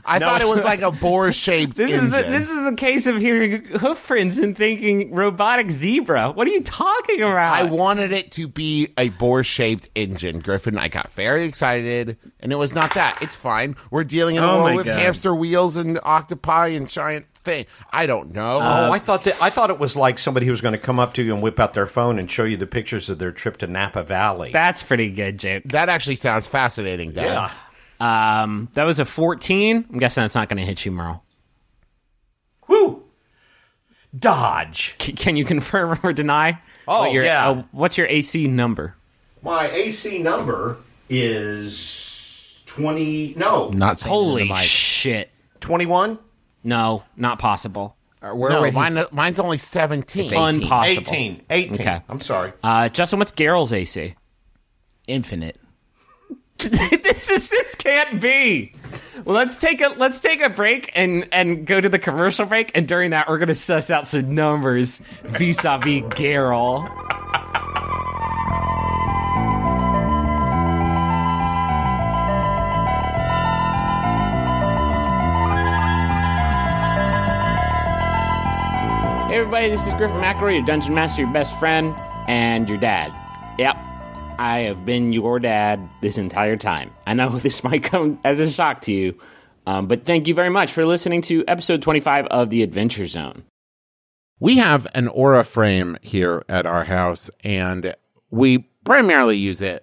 S2: I thought it was like a boar shaped.
S1: This
S2: engine.
S1: is a, this is a case of hearing hoof prints and thinking robotic zebra. What are you talking about?
S2: I wanted it to be a boar shaped engine, Griffin. I got very excited, and it was not that. It's fine. We're dealing in a
S4: Oh
S2: world
S4: my
S2: with
S4: God.
S2: hamster wheels and octopi and giant thing. I don't know.
S5: Oh,
S1: Uh,
S5: I thought that I thought it was like somebody who was going to come up to you and whip out their phone and show you the pictures of their trip to Napa Valley.
S1: That's pretty good, Jake.
S2: that actually sounds fascinating, Dan.
S5: yeah.
S1: Um, that was a 14. I'm guessing that's not going to hit you, Merle.
S5: Woo. Dodge.
S1: C- can you confirm or deny?
S5: Oh,
S1: what your,
S5: yeah.
S1: uh, what's your AC number?
S5: My AC number is 20 no,
S7: Not saying it in the
S1: Holy
S7: mic.
S1: shit.
S5: 21?
S1: No, not possible.
S7: We're
S2: No,
S7: already-
S2: mine, mine's only 17.
S1: Unpossible.
S5: 18. 18.
S1: Okay.
S5: I'm sorry.
S1: Uh, Justin, what's Geralt's AC?
S7: infinite.
S1: this is this can't be. Well, let's take a let's take a break and and go to the commercial break, and during that we're gonna suss out some numbers vis-a-vis Geralt. Hey everybody, this is Griffin McElroy, your dungeon master, your best friend, and your dad. Yep, I have been your dad this entire time. I know this might come as a shock to you, um, but thank you very much for listening to episode 25 of The Adventure Zone.
S2: We have an aura frame here at our house, and we primarily use it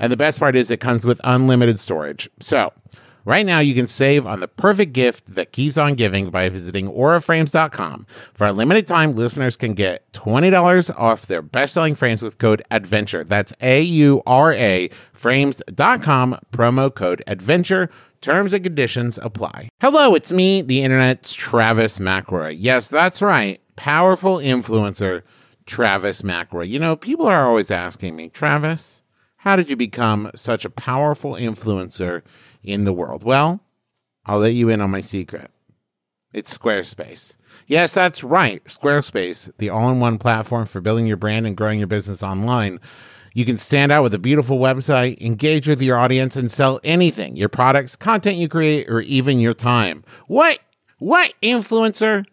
S2: And the best part is it comes with unlimited storage. So, Right now, you can save on the perfect gift that keeps on giving by visiting AuraFrames.com. For a limited time, listeners can get $20 off their best selling frames with code ADVENTURE. That's A U R A frames.com, promo code ADVENTURE. Terms and conditions apply. Hello, it's me, the internet's Travis McRoy. Yes, that's right. Powerful influencer, Travis McRoy. You know, people are always asking me, Travis, how did you become such a powerful influencer in the world? Well, I'll let you in on my secret. It's Squarespace. Yes, that's right. Squarespace, the all in one platform for building your brand and growing your business online. You can stand out with a beautiful website, engage with your audience, and sell anything your products, content you create, or even your time. What? What influencer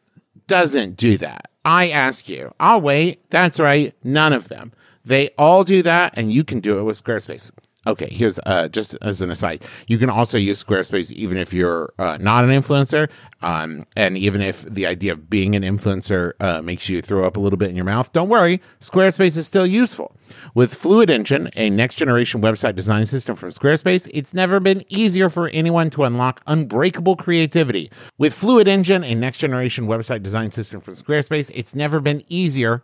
S2: doesn't do that? I ask you. I'll wait. That's right. None of them. They all do that, and you can do it with Squarespace. Okay, here's uh, just as an aside. You can also use Squarespace even if you're uh, not an influencer, um, and even if the idea of being an influencer uh, makes you throw up a little bit in your mouth. Don't worry, Squarespace is still useful. With Fluid Engine, a next-generation website design system from Squarespace, it's never been easier for anyone to unlock unbreakable creativity. With Fluid Engine, a next-generation website design system from Squarespace, it's never been easier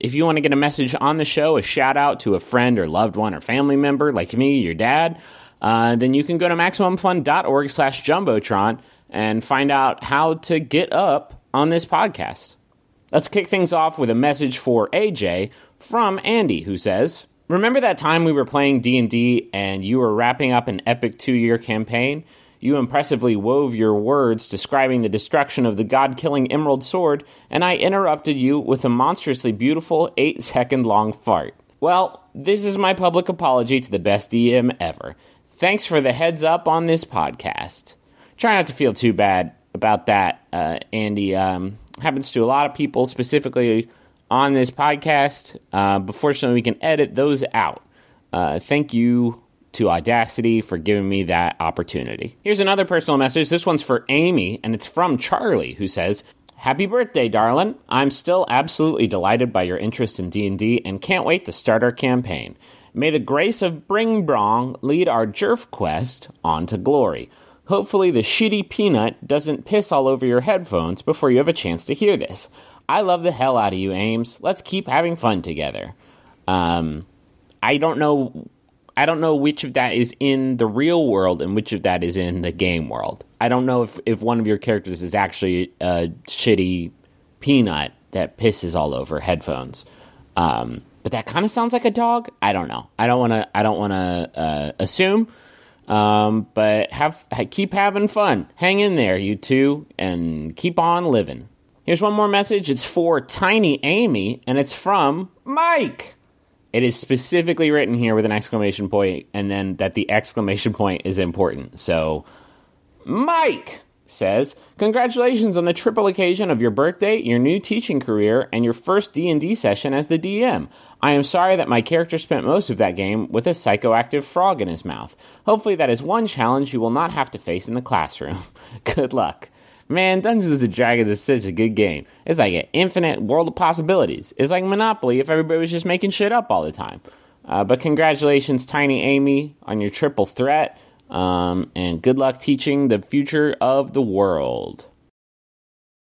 S1: If you want to get a message on the show, a shout out to a friend or loved one or family member like me, your dad, uh, then you can go to MaximumFun.org slash Jumbotron and find out how to get up on this podcast. Let's kick things off with a message for AJ from Andy, who says, "Remember that time we were playing D&D and you were wrapping up an epic 2-year campaign? You impressively wove your words describing the destruction of the god killing Emerald Sword, and I interrupted you with a monstrously beautiful 8 second long fart. Well, this is my public apology to the best DM ever. Thanks for the heads up on this podcast. Try not to feel too bad about that, uh, Andy. Um, happens to a lot of people, specifically on this podcast. Uh, but fortunately, we can edit those out. Uh, thank you to Audacity for giving me that opportunity. Here's another personal message. This one's for Amy, and it's from Charlie, who says, "Happy birthday, darling! I'm still absolutely delighted by your interest in D&D and can't wait to start our campaign. May the grace of Bring Brong lead our Jerf quest on to glory. Hopefully, the shitty peanut doesn't piss all over your headphones before you have a chance to hear this. I love the hell out of you, Ames. Let's keep having fun together." Um, I don't know I don't know which of that is in the real world and which of that is in the game world. I don't know if, if one of your characters is actually a shitty peanut that pisses all over headphones. Um, but that kind of sounds like a dog. I don't know. I don't want to. I don't want to uh, assume. Um, but have ha- keep having fun. Hang in there, you two, and keep on living. Here's one more message. It's for Tiny Amy, and it's from Mike. It is specifically written here with an exclamation point, and then that the exclamation point is important. So, Mike, says, "Congratulations on the triple occasion of your birthday, your new teaching career, and your first D&D session as the DM. I am sorry that my character spent most of that game with a psychoactive frog in his mouth. Hopefully that is one challenge you will not have to face in the classroom. Good luck." Man, Dungeons and Dragons is such a good game. It's like an infinite world of possibilities. It's like Monopoly if everybody was just making shit up all the time. Uh, but congratulations, Tiny Amy, on your triple threat. Um, and good luck teaching the future of the world.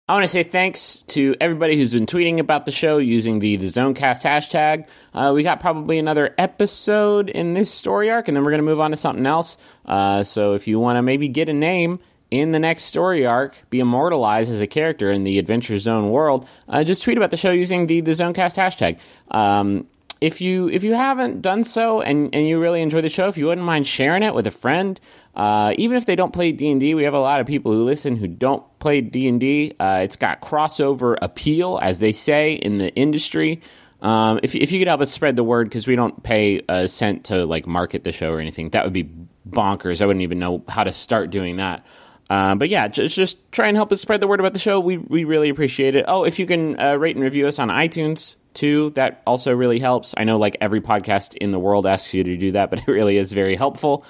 S1: I want to say thanks to everybody who's been tweeting about the show using the, the Zonecast hashtag. Uh, we got probably another episode in this story arc, and then we're going to move on to something else. Uh, so if you want to maybe get a name in the next story arc, be immortalized as a character in the Adventure Zone world, uh, just tweet about the show using the, the Zonecast hashtag. Um, if you if you haven't done so and, and you really enjoy the show, if you wouldn't mind sharing it with a friend, uh, even if they don't play D and D, we have a lot of people who listen who don't play D and D. uh, It's got crossover appeal, as they say in the industry. Um, if if you could help us spread the word, because we don't pay a cent to like market the show or anything, that would be bonkers. I wouldn't even know how to start doing that. Uh, but yeah, just, just try and help us spread the word about the show. We we really appreciate it. Oh, if you can uh, rate and review us on iTunes too, that also really helps. I know like every podcast in the world asks you to do that, but it really is very helpful.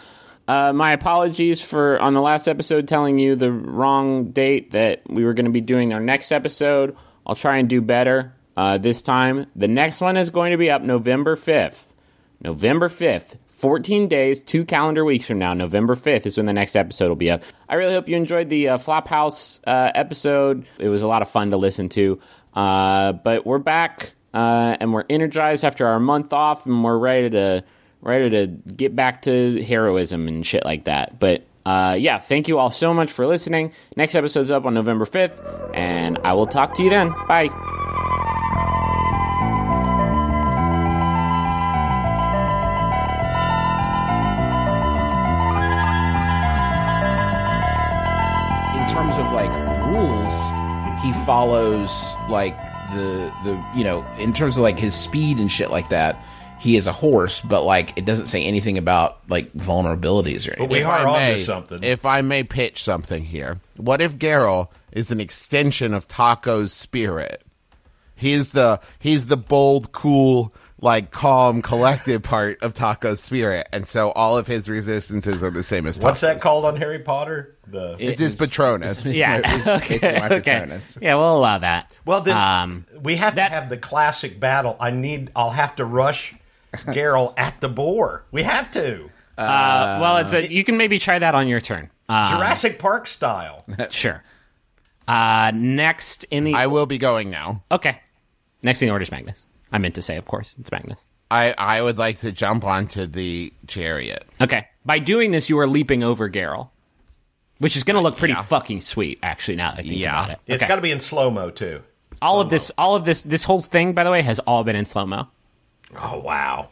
S1: Uh, my apologies for on the last episode telling you the wrong date that we were going to be doing our next episode. I'll try and do better uh, this time. The next one is going to be up November 5th. November 5th. 14 days, two calendar weeks from now, November 5th is when the next episode will be up. I really hope you enjoyed the uh, Flophouse uh, episode. It was a lot of fun to listen to. Uh, but we're back uh, and we're energized after our month off and we're ready to ready to get back to heroism and shit like that. But uh, yeah, thank you all so much for listening. Next episode's up on November 5th, and I will talk to you then. Bye.
S7: in terms of like rules, he follows like the the you know in terms of like his speed and shit like that. He is a horse, but like it doesn't say anything about like vulnerabilities or anything.
S5: we
S2: If
S5: are
S2: I
S5: on
S2: may-
S5: to something.
S2: If I may pitch something here, what if Geralt is an extension of Taco's spirit? He's the he's the bold, cool, like calm, collected part of Taco's spirit, and so all of his resistances are the same as
S5: What's that
S2: Taco's.
S5: called on Harry Potter? The
S2: It's his Patronus.
S1: Yeah.
S7: Basically, my
S1: okay.
S7: Patronus.
S1: Yeah, we'll allow that.
S5: well, then
S1: Um,
S5: we have to have the classic battle. I need. I'll have to rush Geralt at the boar. We have to
S1: uh, well, it's a, you can maybe try that on your turn. Uh,
S5: Jurassic Park style.
S1: sure. Uh, next in the
S2: I will be going now.
S1: okay, next in the order is Magnus. I meant to say, of course, it's Magnus.
S2: I I would like to jump onto the chariot.
S1: Okay. By doing this, you are leaping over Geralt, which is going to look pretty fucking sweet, actually. Now that I think
S2: Yeah.
S1: about it,
S5: It's
S1: Okay.
S5: got to be in slow mo too.
S1: all of this, all of this, this whole thing, by the way, has all been in slow mo.
S5: Oh wow!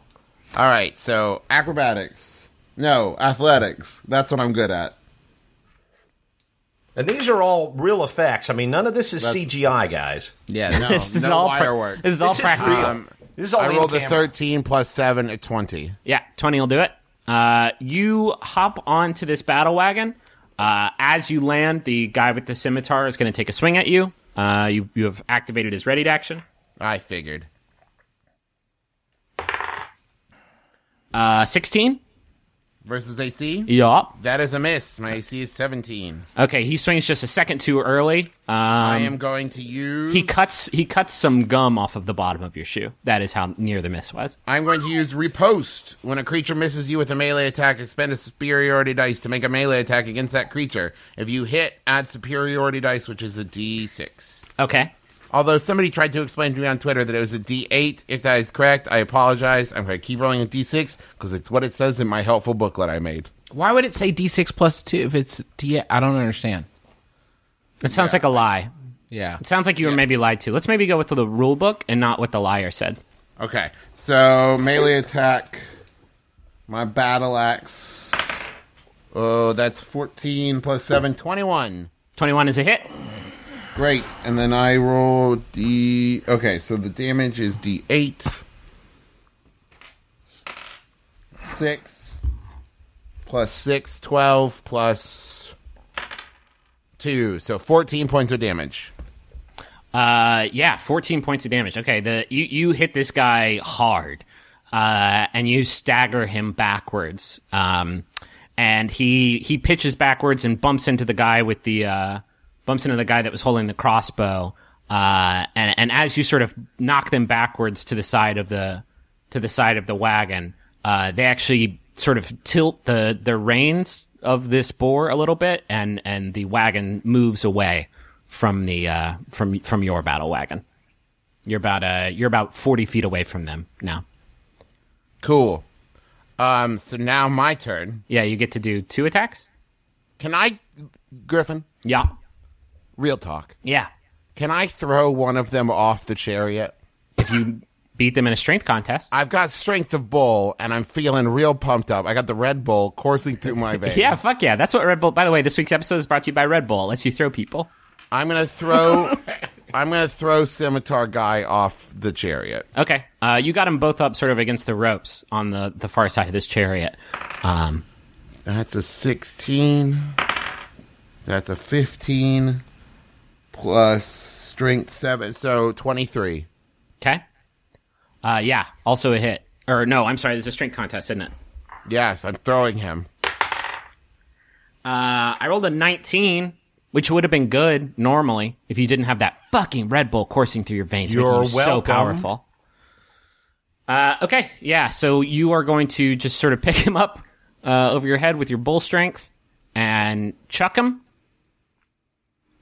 S2: All right, so acrobatics. No, athletics. That's what I'm good at.
S5: And these are all real effects. I mean, none of this is CGI, guys.
S7: Yeah, no.
S1: This is
S2: no
S1: all
S2: wire
S1: pra-
S2: work.
S1: This is all
S5: This is
S1: practical.
S5: real.
S2: Um,
S5: This is all
S2: I
S5: in
S2: rolled a
S5: camera.
S2: 13 plus 7 at 20.
S1: Yeah, 20 will do it. Uh, you hop onto this battle wagon. Uh, as you land, the guy with the scimitar is going to take a swing at you. Uh, you, you have activated his ready to action.
S2: I figured.
S1: Uh, 16?
S2: Versus AC?
S1: Yup.
S2: That is a miss. My AC is 17.
S1: Okay, he swings just a second too early.
S2: I
S1: Um,
S2: am going to use
S1: he cuts he cuts some gum off of the bottom of your shoe. That is how near the miss was.
S2: I'm going to use repost. When a creature misses you with a melee attack, expend a superiority dice to make a melee attack against that creature. If you hit, add superiority dice, which is a d6.
S1: Okay.
S2: Although somebody tried to explain to me on Twitter that it was a D8. If that is correct, I apologize. I'm going to keep rolling a D6 because it's what it says in my helpful booklet I made.
S7: Why would it say D six plus two if it's D? I don't understand.
S1: That sounds like a lie.
S7: Yeah,
S1: It sounds like you were maybe lied to. Let's maybe go with the rule book and not what the liar said.
S2: Okay, so melee attack, my battle axe. Oh, that's 14 plus 7, 21.
S1: 21 is a hit.
S2: Great. And then I roll D. Okay, so the damage is D8. 6 plus 6, 12 plus two, so fourteen points of damage.
S1: Uh, yeah, 14 points of damage. Okay, the you, you hit this guy hard, uh, and you stagger him backwards. Um, and he he pitches backwards and bumps into the guy with the uh, bumps into the guy that was holding the crossbow. Uh, and and as you sort of knock them backwards to the side of the to the side of the wagon, uh, they actually sort of tilt the the reins of this boar a little bit, and and the wagon moves away from the uh, from from your battle wagon. You're about uh you're about forty feet away from them now.
S2: Cool. Um, so now my turn.
S1: Yeah, you get to do two attacks.
S2: Can I, Griffin?
S1: Yeah,
S2: Real talk.
S1: yeah.
S2: Can I throw one of them off the chariot?
S1: If you beat them in a strength contest,
S2: I've got strength of bull, and I'm feeling real pumped up. I got the Red Bull coursing through my veins.
S1: yeah, fuck yeah. That's what Red Bull. By the way, this week's episode is brought to you by Red Bull. It lets you throw people.
S2: I'm gonna throw. I'm gonna throw scimitar guy off the chariot.
S1: Okay, uh, you got them both up sort of against the ropes on the the far side of this chariot. Um,
S2: That's a 16. That's a 15 plus strength 7. So 23.
S1: okay. Uh, yeah. Also a hit. Or no, I'm sorry. This is a strength contest, isn't it?
S2: Yes, I'm throwing him.
S1: Uh, I rolled a 19, which would have been good normally if you didn't have that fucking Red Bull coursing through your veins. making
S5: You're
S1: you so
S5: welcome.
S1: powerful. Uh, okay, yeah. So you are going to just sort of pick him up uh, over your head with your bull strength and chuck him.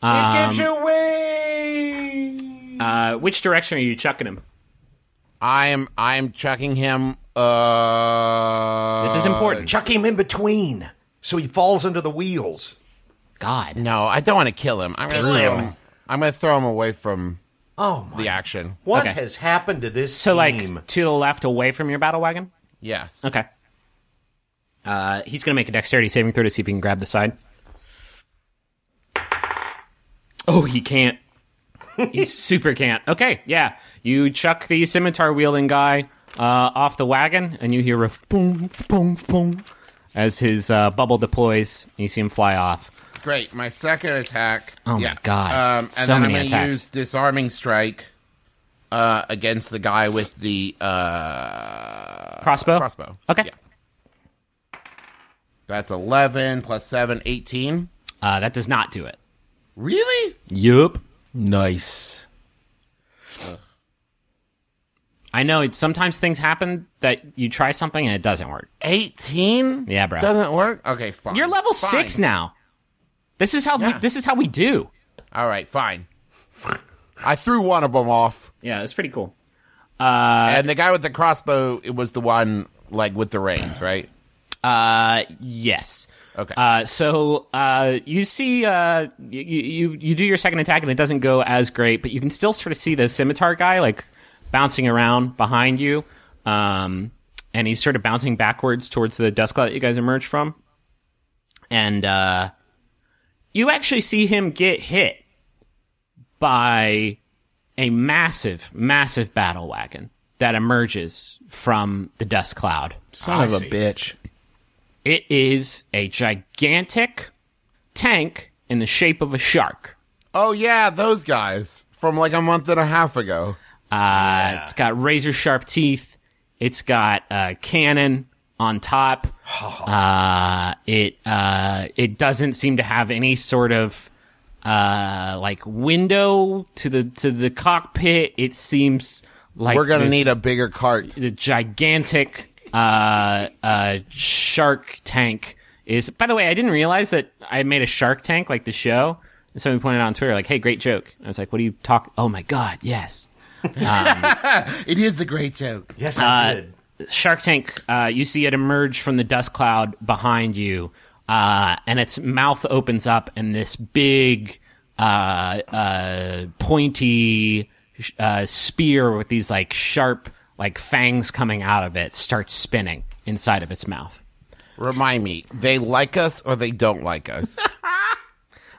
S5: it gives
S1: Um,
S5: you wings.
S1: Uh, which direction are you chucking him?
S2: I am I am chucking him uh
S1: This is important.
S5: Chuck him in between so he falls under the wheels.
S1: God.
S2: No, I don't want to kill him. I'm going to throw him. I'm going to throw him away from
S5: Oh my!
S2: the action.
S5: What
S1: Okay.
S5: has happened to this
S1: So,
S5: team?
S1: like, to the left away from your battle wagon?
S2: Yes.
S1: Okay. Uh, he's going to make a dexterity saving throw to see if he can grab the side. Oh, he can't. he super can't. Okay, yeah. You chuck the scimitar wielding guy uh, off the wagon, and you hear a boom, boom, boom as his uh, bubble deploys, and you see him fly off.
S2: Great. My second attack.
S1: Oh my
S2: yeah.
S1: God.
S2: Um, and
S1: So
S2: then
S1: many
S2: I'm going
S1: attacks.
S2: to use disarming strike uh, against the guy with the uh,
S1: Crossbow?
S2: crossbow.
S1: Okay.
S2: Yeah. That's 11 plus 7, 18.
S1: Uh, that does not do it.
S2: Really?
S1: Yup.
S7: Nice.
S1: I know. It, sometimes things happen that you try something and it doesn't work.
S2: 18?
S1: Yeah, bro.
S2: Doesn't work? Okay, fine.
S1: You're level
S2: Fine.
S1: six now. This is how
S2: Yeah.
S1: we, this is how we do.
S2: All right, fine. I threw one of them off.
S1: Yeah, it's pretty cool. Uh,
S2: and the guy with the crossbow it was the one, like, with the reins, right?
S1: Uh, Yes.
S2: Okay.
S1: Uh, so uh, you see, uh, you, you you do your second attack and it doesn't go as great, but you can still sort of see the scimitar guy like bouncing around behind you, um, and he's sort of bouncing backwards towards the dust cloud that you guys emerged from, and uh, you actually see him get hit by a massive, massive battle wagon that emerges from the dust cloud.
S7: Son of a bitch.
S1: It is a gigantic tank in the shape of a shark.
S2: oh, yeah, those guys from, like, a month and a half ago.
S1: Uh, It's got razor sharp teeth. It's got a cannon on top.
S2: Oh.
S1: uh, it uh, it doesn't seem to have any sort of uh, like window to the to the cockpit. It seems like
S2: We're going to
S1: this-
S2: need a bigger cart.
S1: the gigantic uh, uh, shark tank is. By the way, I didn't realize that I made a shark tank like the show. And somebody pointed out on Twitter, like, "Hey, great joke." And I was like, "What do you talk?" Oh my god, yes.
S2: It is a great joke.
S5: yes,
S1: uh,
S5: I did.
S1: Shark Tank, uh, you see it emerge from the dust cloud behind you, uh, and its mouth opens up, and this big, uh, uh, pointy sh- uh, spear with these like sharp, like fangs coming out of it starts spinning inside of its mouth.
S2: Remind me, they like us or they don't like us.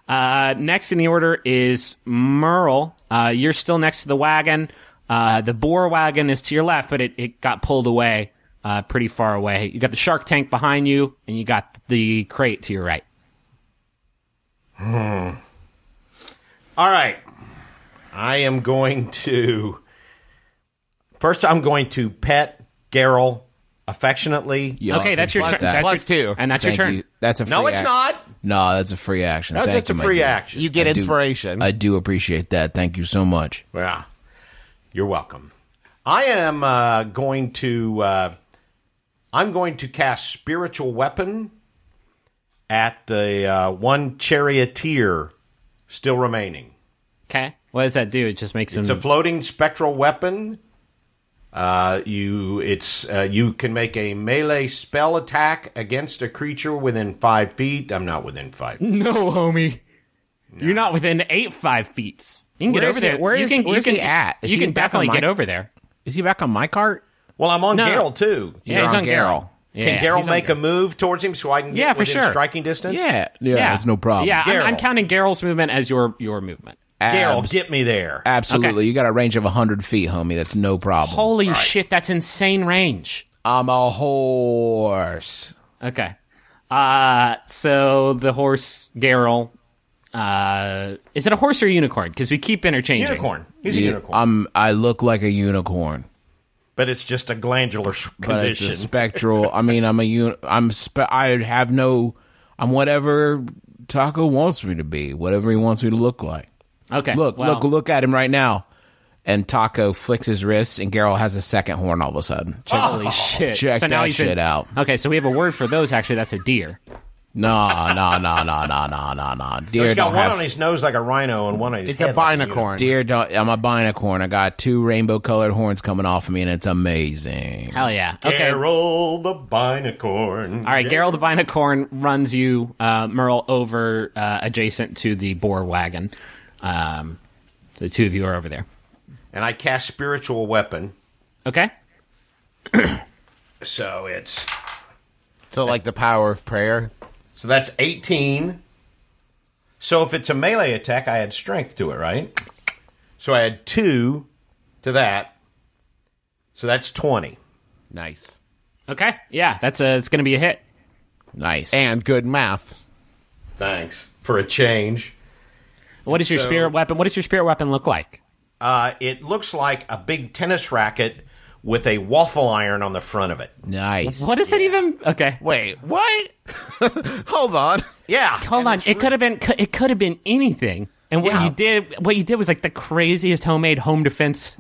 S1: Uh, next in the order is Merle. Uh, you're still next to the wagon. Uh, the boar wagon is to your left, but it, it got pulled away uh, pretty far away. You got the shark tank behind you, and you got the crate to your right.
S5: All right. I am going to. First, I'm going to pet Geralt affectionately.
S7: Y'all
S1: okay, that's
S7: can
S1: your
S7: fuck
S1: turn.
S7: that.
S1: That's
S2: Plus
S1: your,
S2: two.
S1: And that's
S7: Thank
S1: your turn.
S7: you. That's a free
S5: No, it's
S7: ac-
S5: not.
S7: No, that's a free action.
S5: That's
S7: Thank
S5: just a
S7: you, my
S5: free
S7: dude.
S5: action.
S2: You get
S7: I do-
S2: inspiration.
S7: I do appreciate that. Thank you so much.
S5: Yeah. You're welcome. I am uh, going to uh, I'm going to cast spiritual weapon at the uh, one charioteer still remaining.
S1: Okay. What does that do? It just makes him.
S5: It's a floating spectral weapon. Uh, you it's uh, you can make a melee spell attack against a creature within five feet. I'm not within five. feet.
S1: no, homie. You're not within eight five feet. You can get
S7: Where
S1: over
S7: is
S1: there.
S7: it? Where
S1: you
S7: is-
S1: can,
S7: where
S1: you
S7: is
S1: can,
S7: he at? Is
S1: you
S7: he
S1: can
S7: back on
S1: definitely
S7: my-
S1: get over there.
S7: Is he back on my cart?
S5: Well, I'm on
S1: No.
S5: Geralt too.
S1: Yeah, he's
S7: on
S1: on Geralt.
S7: Geralt.
S1: Yeah,
S5: Can Geralt
S1: he's on
S5: make a move towards him so I can get
S1: Yeah, for
S5: within
S1: sure.
S5: striking distance?
S7: Yeah, yeah, that's no problem.
S1: Yeah, I'm, I'm
S5: Geralt.
S1: counting Geralt's movement as your your movement.
S5: Geralt,
S7: Abs-
S5: get me there.
S7: absolutely.
S1: Okay.
S7: You got a range of hundred feet, homie. That's no problem.
S1: Holy shit, that's insane range.
S7: I'm a horse.
S1: Okay. Uh so the horse Geralt uh is it a horse or a unicorn? Because we keep interchanging.
S5: Unicorn. He's a
S7: You-
S5: unicorn.
S7: I'm. I look like a unicorn,
S5: but it's just a glandular s-
S7: but it's a
S5: condition.
S7: spectral. I mean, I'm a un. I'm. Spe- I have no. I'm whatever Taco wants me to be. Whatever he wants me to look like.
S1: Okay.
S7: Look,
S1: well,
S7: look, look at him right now. And Taco flicks his wrists, and Geralt has a second horn all of a sudden.
S5: Oh,
S7: Check,
S1: Holy shit.
S7: check
S1: so now
S7: that
S1: he's in-
S7: shit out.
S1: Okay, so we have a word for those actually, that's a deer.
S7: Nah, nah, nah, nah, nah, nah, nah, nah. Deer
S5: He's got
S7: don't
S5: one on
S7: have.
S5: his nose like a rhino and one on his
S2: it's a
S5: head. like unicorn.
S2: binacorn.
S7: Deer don't. I'm a binacorn. I got two rainbow colored horns coming off of me, and it's amazing.
S1: Hell yeah. Okay.
S5: Geralt the binacorn.
S1: All right, Geralt the Binacorn runs you, uh, Merle, over uh, adjacent to the boar wagon. Um, the two of you are over there.
S5: And I cast spiritual weapon.
S1: Okay?
S5: So it's
S2: So like the power of prayer.
S5: so that's 18. So if it's a melee attack, I add strength to it, right? So I add 2 to that. So that's 20.
S2: Nice.
S1: Okay. Yeah, that's a, it's going to be a hit.
S7: Nice.
S2: And good math.
S5: Thanks for a change.
S1: What is your
S5: So-
S1: spirit weapon? What does your spirit weapon look like?
S5: Uh, it looks like a big tennis racket with a waffle iron on the front of it.
S7: nice.
S1: What does it even? Okay,
S2: Wait, what? Hold on.
S5: Yeah.
S1: hold on. It could have been. It could have been anything. And what you did, what you did was like the craziest homemade home defense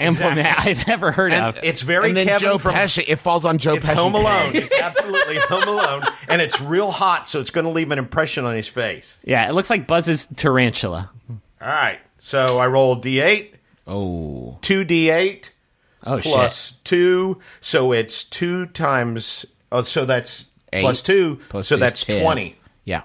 S1: implement I've ever heard of.
S5: It's very
S2: and then
S5: Kevin
S2: Joe
S5: from
S2: Pesci. It falls on Joe
S5: It's
S2: Pesci's
S5: Home Alone.
S2: head.
S5: It's absolutely Home Alone, and it's real hot, so it's going to leave an impression on his face.
S1: yeah, it looks like Buzz's tarantula.
S5: All right. So I rolled d8,
S7: Oh,
S5: two d8
S1: Oh shit!
S5: plus two, so it's two times. Oh, so that's
S7: Eight
S5: plus two,
S7: plus
S5: so
S7: two is
S5: that's
S7: 10.
S5: twenty.
S7: yeah.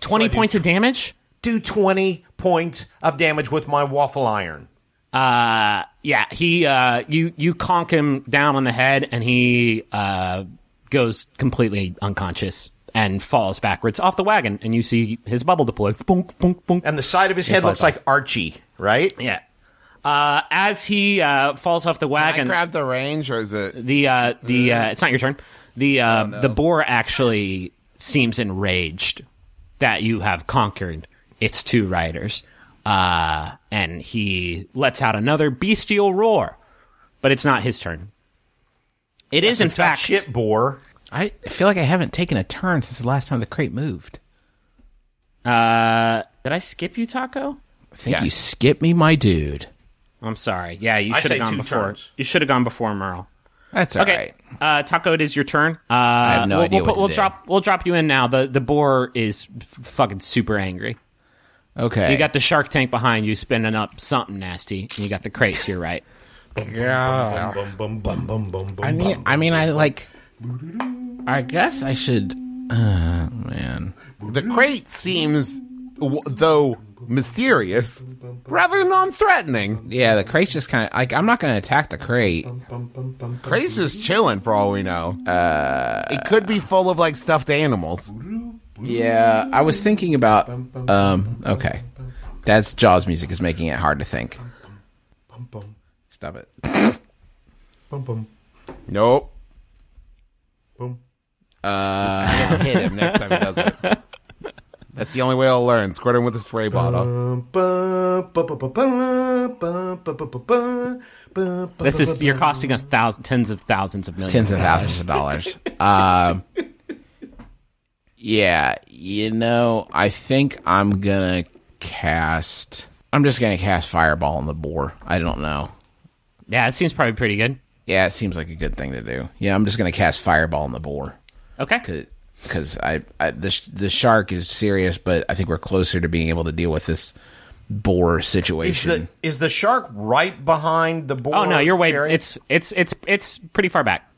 S1: Twenty points of damage.
S5: Do twenty points of damage with my waffle iron.
S1: Uh, yeah, he. Uh, you you conk him down on the head, and he uh goes completely unconscious and falls backwards off the wagon, and you see his bubble deploy. Boonk, boonk, boonk.
S5: And the side of his head looks like Archie, right?
S1: Yeah. Uh, as he uh, falls off the
S2: I
S1: wagon,
S2: grab the range, or is it?
S1: the uh, the uh, it's not your turn. The uh,
S5: Oh,
S1: the boar actually seems enraged that you have conquered its two riders, uh, and he lets out another bestial roar. But it's not his turn. It is in fact.
S5: Shit, boar.
S7: I feel like I haven't taken a turn since the last time the crate moved.
S1: Uh, did I skip you, Taco?
S7: I think you skipped me, my dude.
S1: I'm sorry. Yeah, you
S5: I
S1: should
S5: say
S1: have gone
S5: two
S1: before.
S5: turns.
S1: You should have gone before Merle.
S7: That's all right.
S1: Okay, uh, Taco, it is your turn. Uh, I
S7: have no
S1: we'll,
S7: idea
S1: We'll, put-
S7: what to
S1: we'll
S7: do.
S1: drop. We'll drop you in now. the The boar is f- fucking super angry.
S7: Okay.
S1: You got the Shark Tank behind you, spinning up something nasty, and you got the crate to your right.
S5: Bum, bum, bum, bum, bum, bum,
S7: I mean,
S5: bum.
S7: I mean, I like. I guess I should. Uh, man,
S2: The crate seems, w- though mysterious, rather non-threatening.
S7: yeah, the crate's just kind of like I'm not going to attack the crate.
S2: Crate's is chilling for all we know. Uh, it could be full of like stuffed animals.
S7: Yeah, I was thinking about. Um, okay, that's Jaws music is making it hard to think. Stop it.
S2: Nope. Uh, just hit him next time he does it. That's That's the only way I'll learn. Squirt him with a spray bottle.
S1: This is you're costing us thousands, tens of thousands of millions.
S7: tens of thousands of dollars. Um, yeah, you know, I think I'm gonna cast. I'm just gonna cast fireball on the boar. I don't know.
S1: Yeah, it seems probably pretty good.
S7: Yeah, it seems like a good thing to do. Yeah, I'm just gonna cast fireball on the boar
S1: Okay.
S7: because I, I the sh- the shark is serious, but I think we're closer to being able to deal with this boar
S5: Is
S7: situation.
S5: the is the shark right behind the boar?
S1: Oh no, you're way.
S5: Jerry?
S1: It's it's it's it's pretty far back.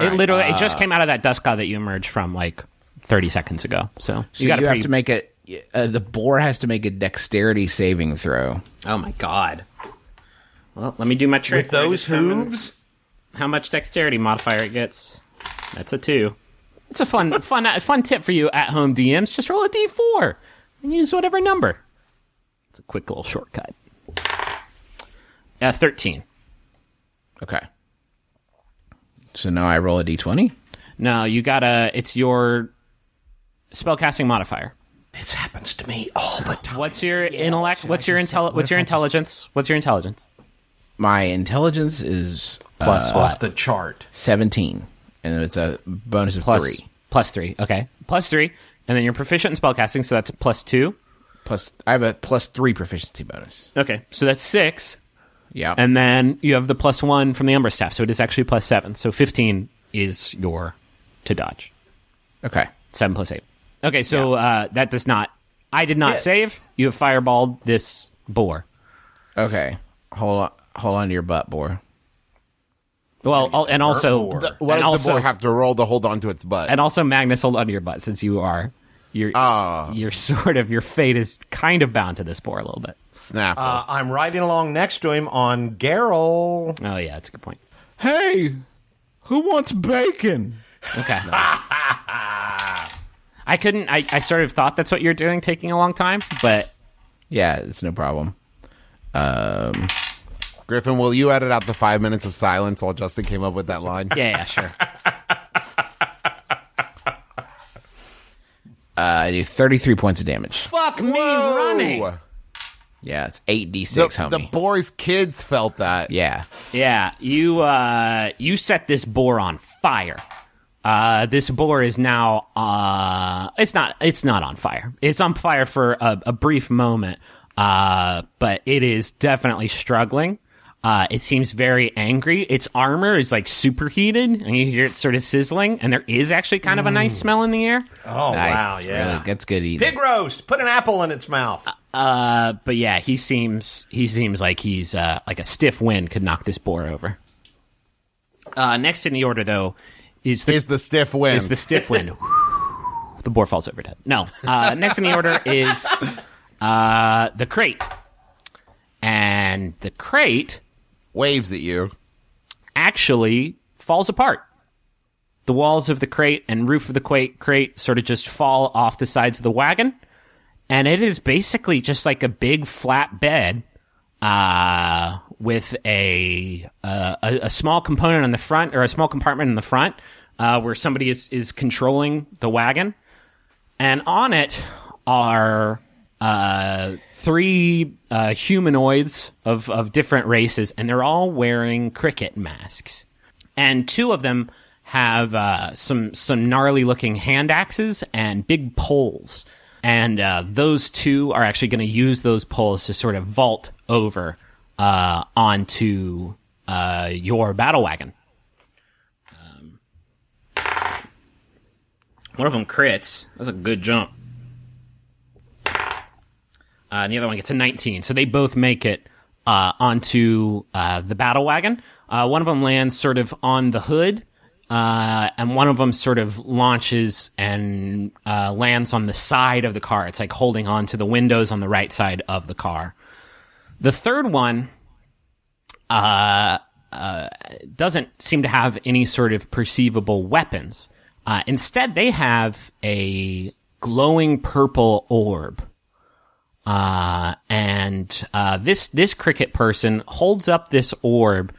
S1: it literally it
S7: uh,
S1: just came out of that dust cloud that you emerged from like 30 seconds ago. So,
S7: so you,
S1: got a
S7: have
S1: pretty-
S7: to make a uh, the boar has to make a dexterity saving throw.
S1: Oh my god. Well, let me do my trick.
S5: with those hooves.
S1: how much dexterity modifier it gets. That's a two. It's a fun, fun, fun tip for you at home DMs. Just roll a d4 and use whatever number. It's a quick little shortcut. Uh, Thirteen.
S7: Okay. So now I roll a d20.
S1: No, you gotta. It's your spellcasting modifier.
S5: This happens to me all the time.
S1: What's your intellect? What's your intel? What's your intelligence? What's your intelligence?
S7: My intelligence is uh,
S1: Plus
S5: Off the chart.
S7: 17, and it's a bonus of
S1: Plus-
S7: 3.
S1: plus three. Okay, plus three, and then you're proficient in spellcasting, so that's plus two.
S7: Plus, I have a plus 3 proficiency bonus.
S1: Okay, so that's six.
S7: Yeah.
S1: And then you have the plus one from the Umber Staff, so it is actually plus seven. So 15 is your to dodge.
S7: okay.
S1: Seven plus eight. Okay, so uh, that does not. I did not save. You have fireballed this boar.
S7: Okay. Hold on, hold on to your butt, boar.
S1: Well, al- and also,
S2: What
S1: and
S2: does
S1: also,
S2: the boar have to roll to hold on to its butt?
S1: and also, Magnus, hold onto your butt since you are. You're,
S2: Ah.
S1: you're sort of your fate is kind of bound to this boar a little bit.
S2: Snap.
S5: Uh, I'm riding along next to him on Geralt.
S1: Oh yeah, that's a good point.
S4: Hey, who wants bacon?
S1: Okay. I couldn't. I, I sort of thought that's what you're doing, taking a long time, but
S7: Yeah, it's no problem.
S2: Griffin, will you edit out the five minutes of silence while Justin came up with that line?
S1: yeah, yeah sure.
S7: Uh, I do 33 points of damage.
S1: Fuck me running.
S2: Whoa.
S7: Yeah, it's 8d6,
S2: The,
S7: homie.
S2: the boar's kids felt that.
S7: yeah.
S1: Yeah, you uh you set this boar on fire. Uh this boar is now uh it's not it's not on fire. It's on fire for a, a brief moment. Uh but it is definitely struggling. Uh it seems very angry. Its armor is like superheated and you hear it sort of sizzling and there is actually kind of a nice smell in the air.
S5: Oh
S7: Nice.
S5: wow, yeah.
S7: Really, that's good eating.
S5: Pig roast. Put an apple in its mouth.
S1: Uh but yeah, he seems he seems like he's uh like a stiff wind could knock this boar over. Uh next in the order though is the
S2: Is the stiff wind.
S1: is the stiff wind. the boar falls over dead. No. Uh, next in the order is uh, the crate. And the crate
S2: Waves at you.
S1: actually falls apart. The walls of the crate and roof of the crate, crate sort of just fall off the sides of the wagon. And it is basically just like a big flat bed uh, with a, uh, a a small component on the front or a small compartment in the front uh, where somebody is, is controlling the wagon. And on it are uh, three uh, humanoids of, of different races, and they're all wearing cricket masks. And two of them have uh, some some gnarly looking hand axes and big poles. And uh, those two are actually going to use those poles to sort of vault over uh, onto uh, your battle wagon. One of them crits. That's a good jump. Uh, and the other one gets a 19. So they both make it uh, onto uh, the battle wagon. Uh, one of them lands sort of on the hood, uh, and one of them sort of launches and uh, lands on the side of the car. It's like holding on to the windows on the right side of the car. The third one doesn't seem to have any sort of perceivable weapons. Uh, instead, they have a glowing purple orb. Uh, and uh, this this cricket person holds up this orb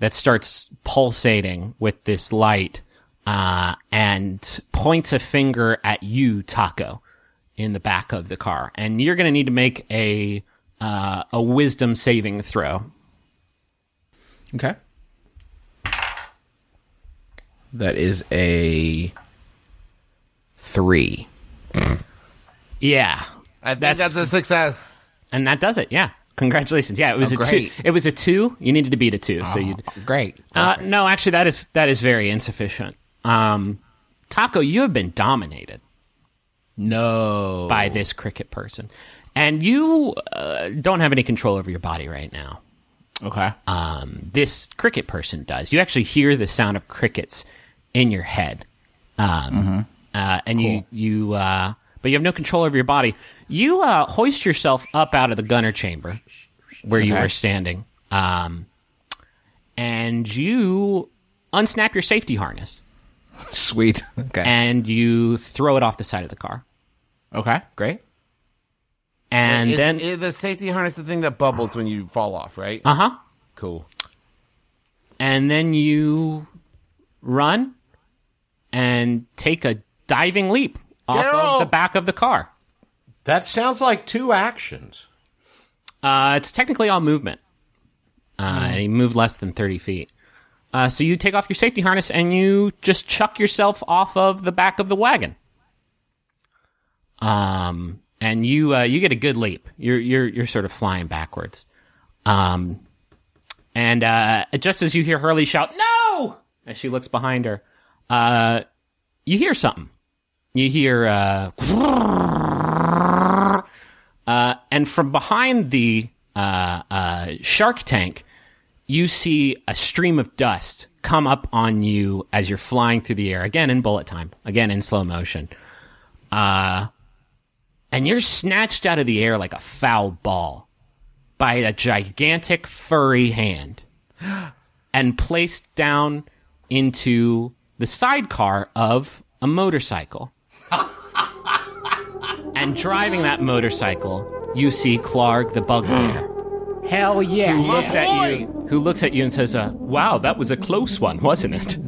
S1: that starts pulsating with this light uh, and points a finger at you, Taco, in the back of the car, and you're going to need to make a uh, a wisdom saving throw.
S7: Okay. That is a three.
S1: Yeah,
S2: I think
S1: That's-
S2: that's a success.
S1: and that does it. Yeah, congratulations. Yeah, it was
S7: Oh,
S1: a
S7: great. Oh,
S1: two. It was a two. You needed to beat a two, so you.
S7: Great.
S1: Uh, no, actually, that is that is very insufficient. Um, Taco, you have been dominated.
S7: No.
S1: by this cricket person. And you uh, don't have any control over your body right now.
S7: Okay.
S1: This cricket person does. You actually hear the sound of crickets in your head. Um, uh, and you, you uh, but you have no control over your body. You uh, hoist yourself up out of the gunner chamber where you were standing. Um, and you unsnap your safety harness
S7: Sweet. Okay.
S1: and you throw it off the side of the car.
S7: okay. Great.
S1: And
S2: Is-
S1: then,
S2: is the safety harness the thing that bubbles when you fall off, right?
S1: uh huh.
S2: cool.
S1: and then you run and take a diving leap off
S2: Daryl!
S1: of the back of the car.
S5: That sounds like two actions.
S1: Uh, it's technically all movement. Uh, and you move less than 30 feet. Uh, so you take off your safety harness and you just chuck yourself off of the back of the wagon. Um, and you uh, you get a good leap. You're you're you're sort of flying backwards. Um, and uh, just as you hear Hurley shout "No!" as she looks behind her, uh, you hear something. You hear uh, uh, and from behind the uh, uh, shark tank, you see a stream of dust come up on you as you're flying through the air again in bullet time, again in slow motion. Uh, and you're snatched out of the air like a foul ball by a gigantic furry hand and placed down into the sidecar of a motorcycle. And driving that motorcycle, you see Clark the Bugbear,
S7: Hell yeah.
S1: who looks at you, who looks at you and says, uh, "Wow, that was a close one, wasn't it?"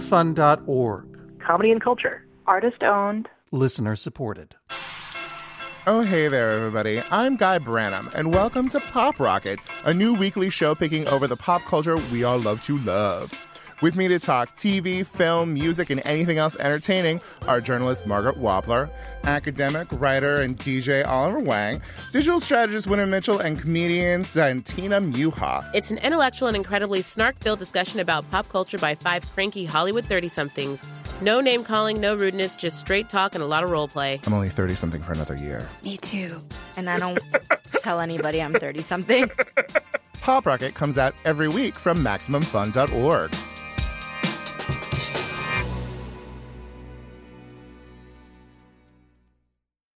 S8: MaximumFun.org.
S9: comedy and culture.
S10: Artist owned.
S8: Listener supported.
S11: Oh, hey there, everybody. I'm Guy Branum, and welcome to Pop Rocket, a new weekly show picking over the pop culture we all love to love. With me to talk TV, film, music, and anything else entertaining are journalist Margaret Wappler, academic, writer, and DJ Oliver Wang, digital strategist Winter Mitchell, and comedian Santina Muha.
S9: It's an intellectual and incredibly snark filled discussion about pop culture by five cranky Hollywood 30 somethings. No name calling, no rudeness, just straight talk and a lot of role play.
S11: I'm only 30 something for another year.
S10: Me too. And I don't tell anybody I'm 30 something.
S11: Pop Rocket comes out every week from MaximumFun.org.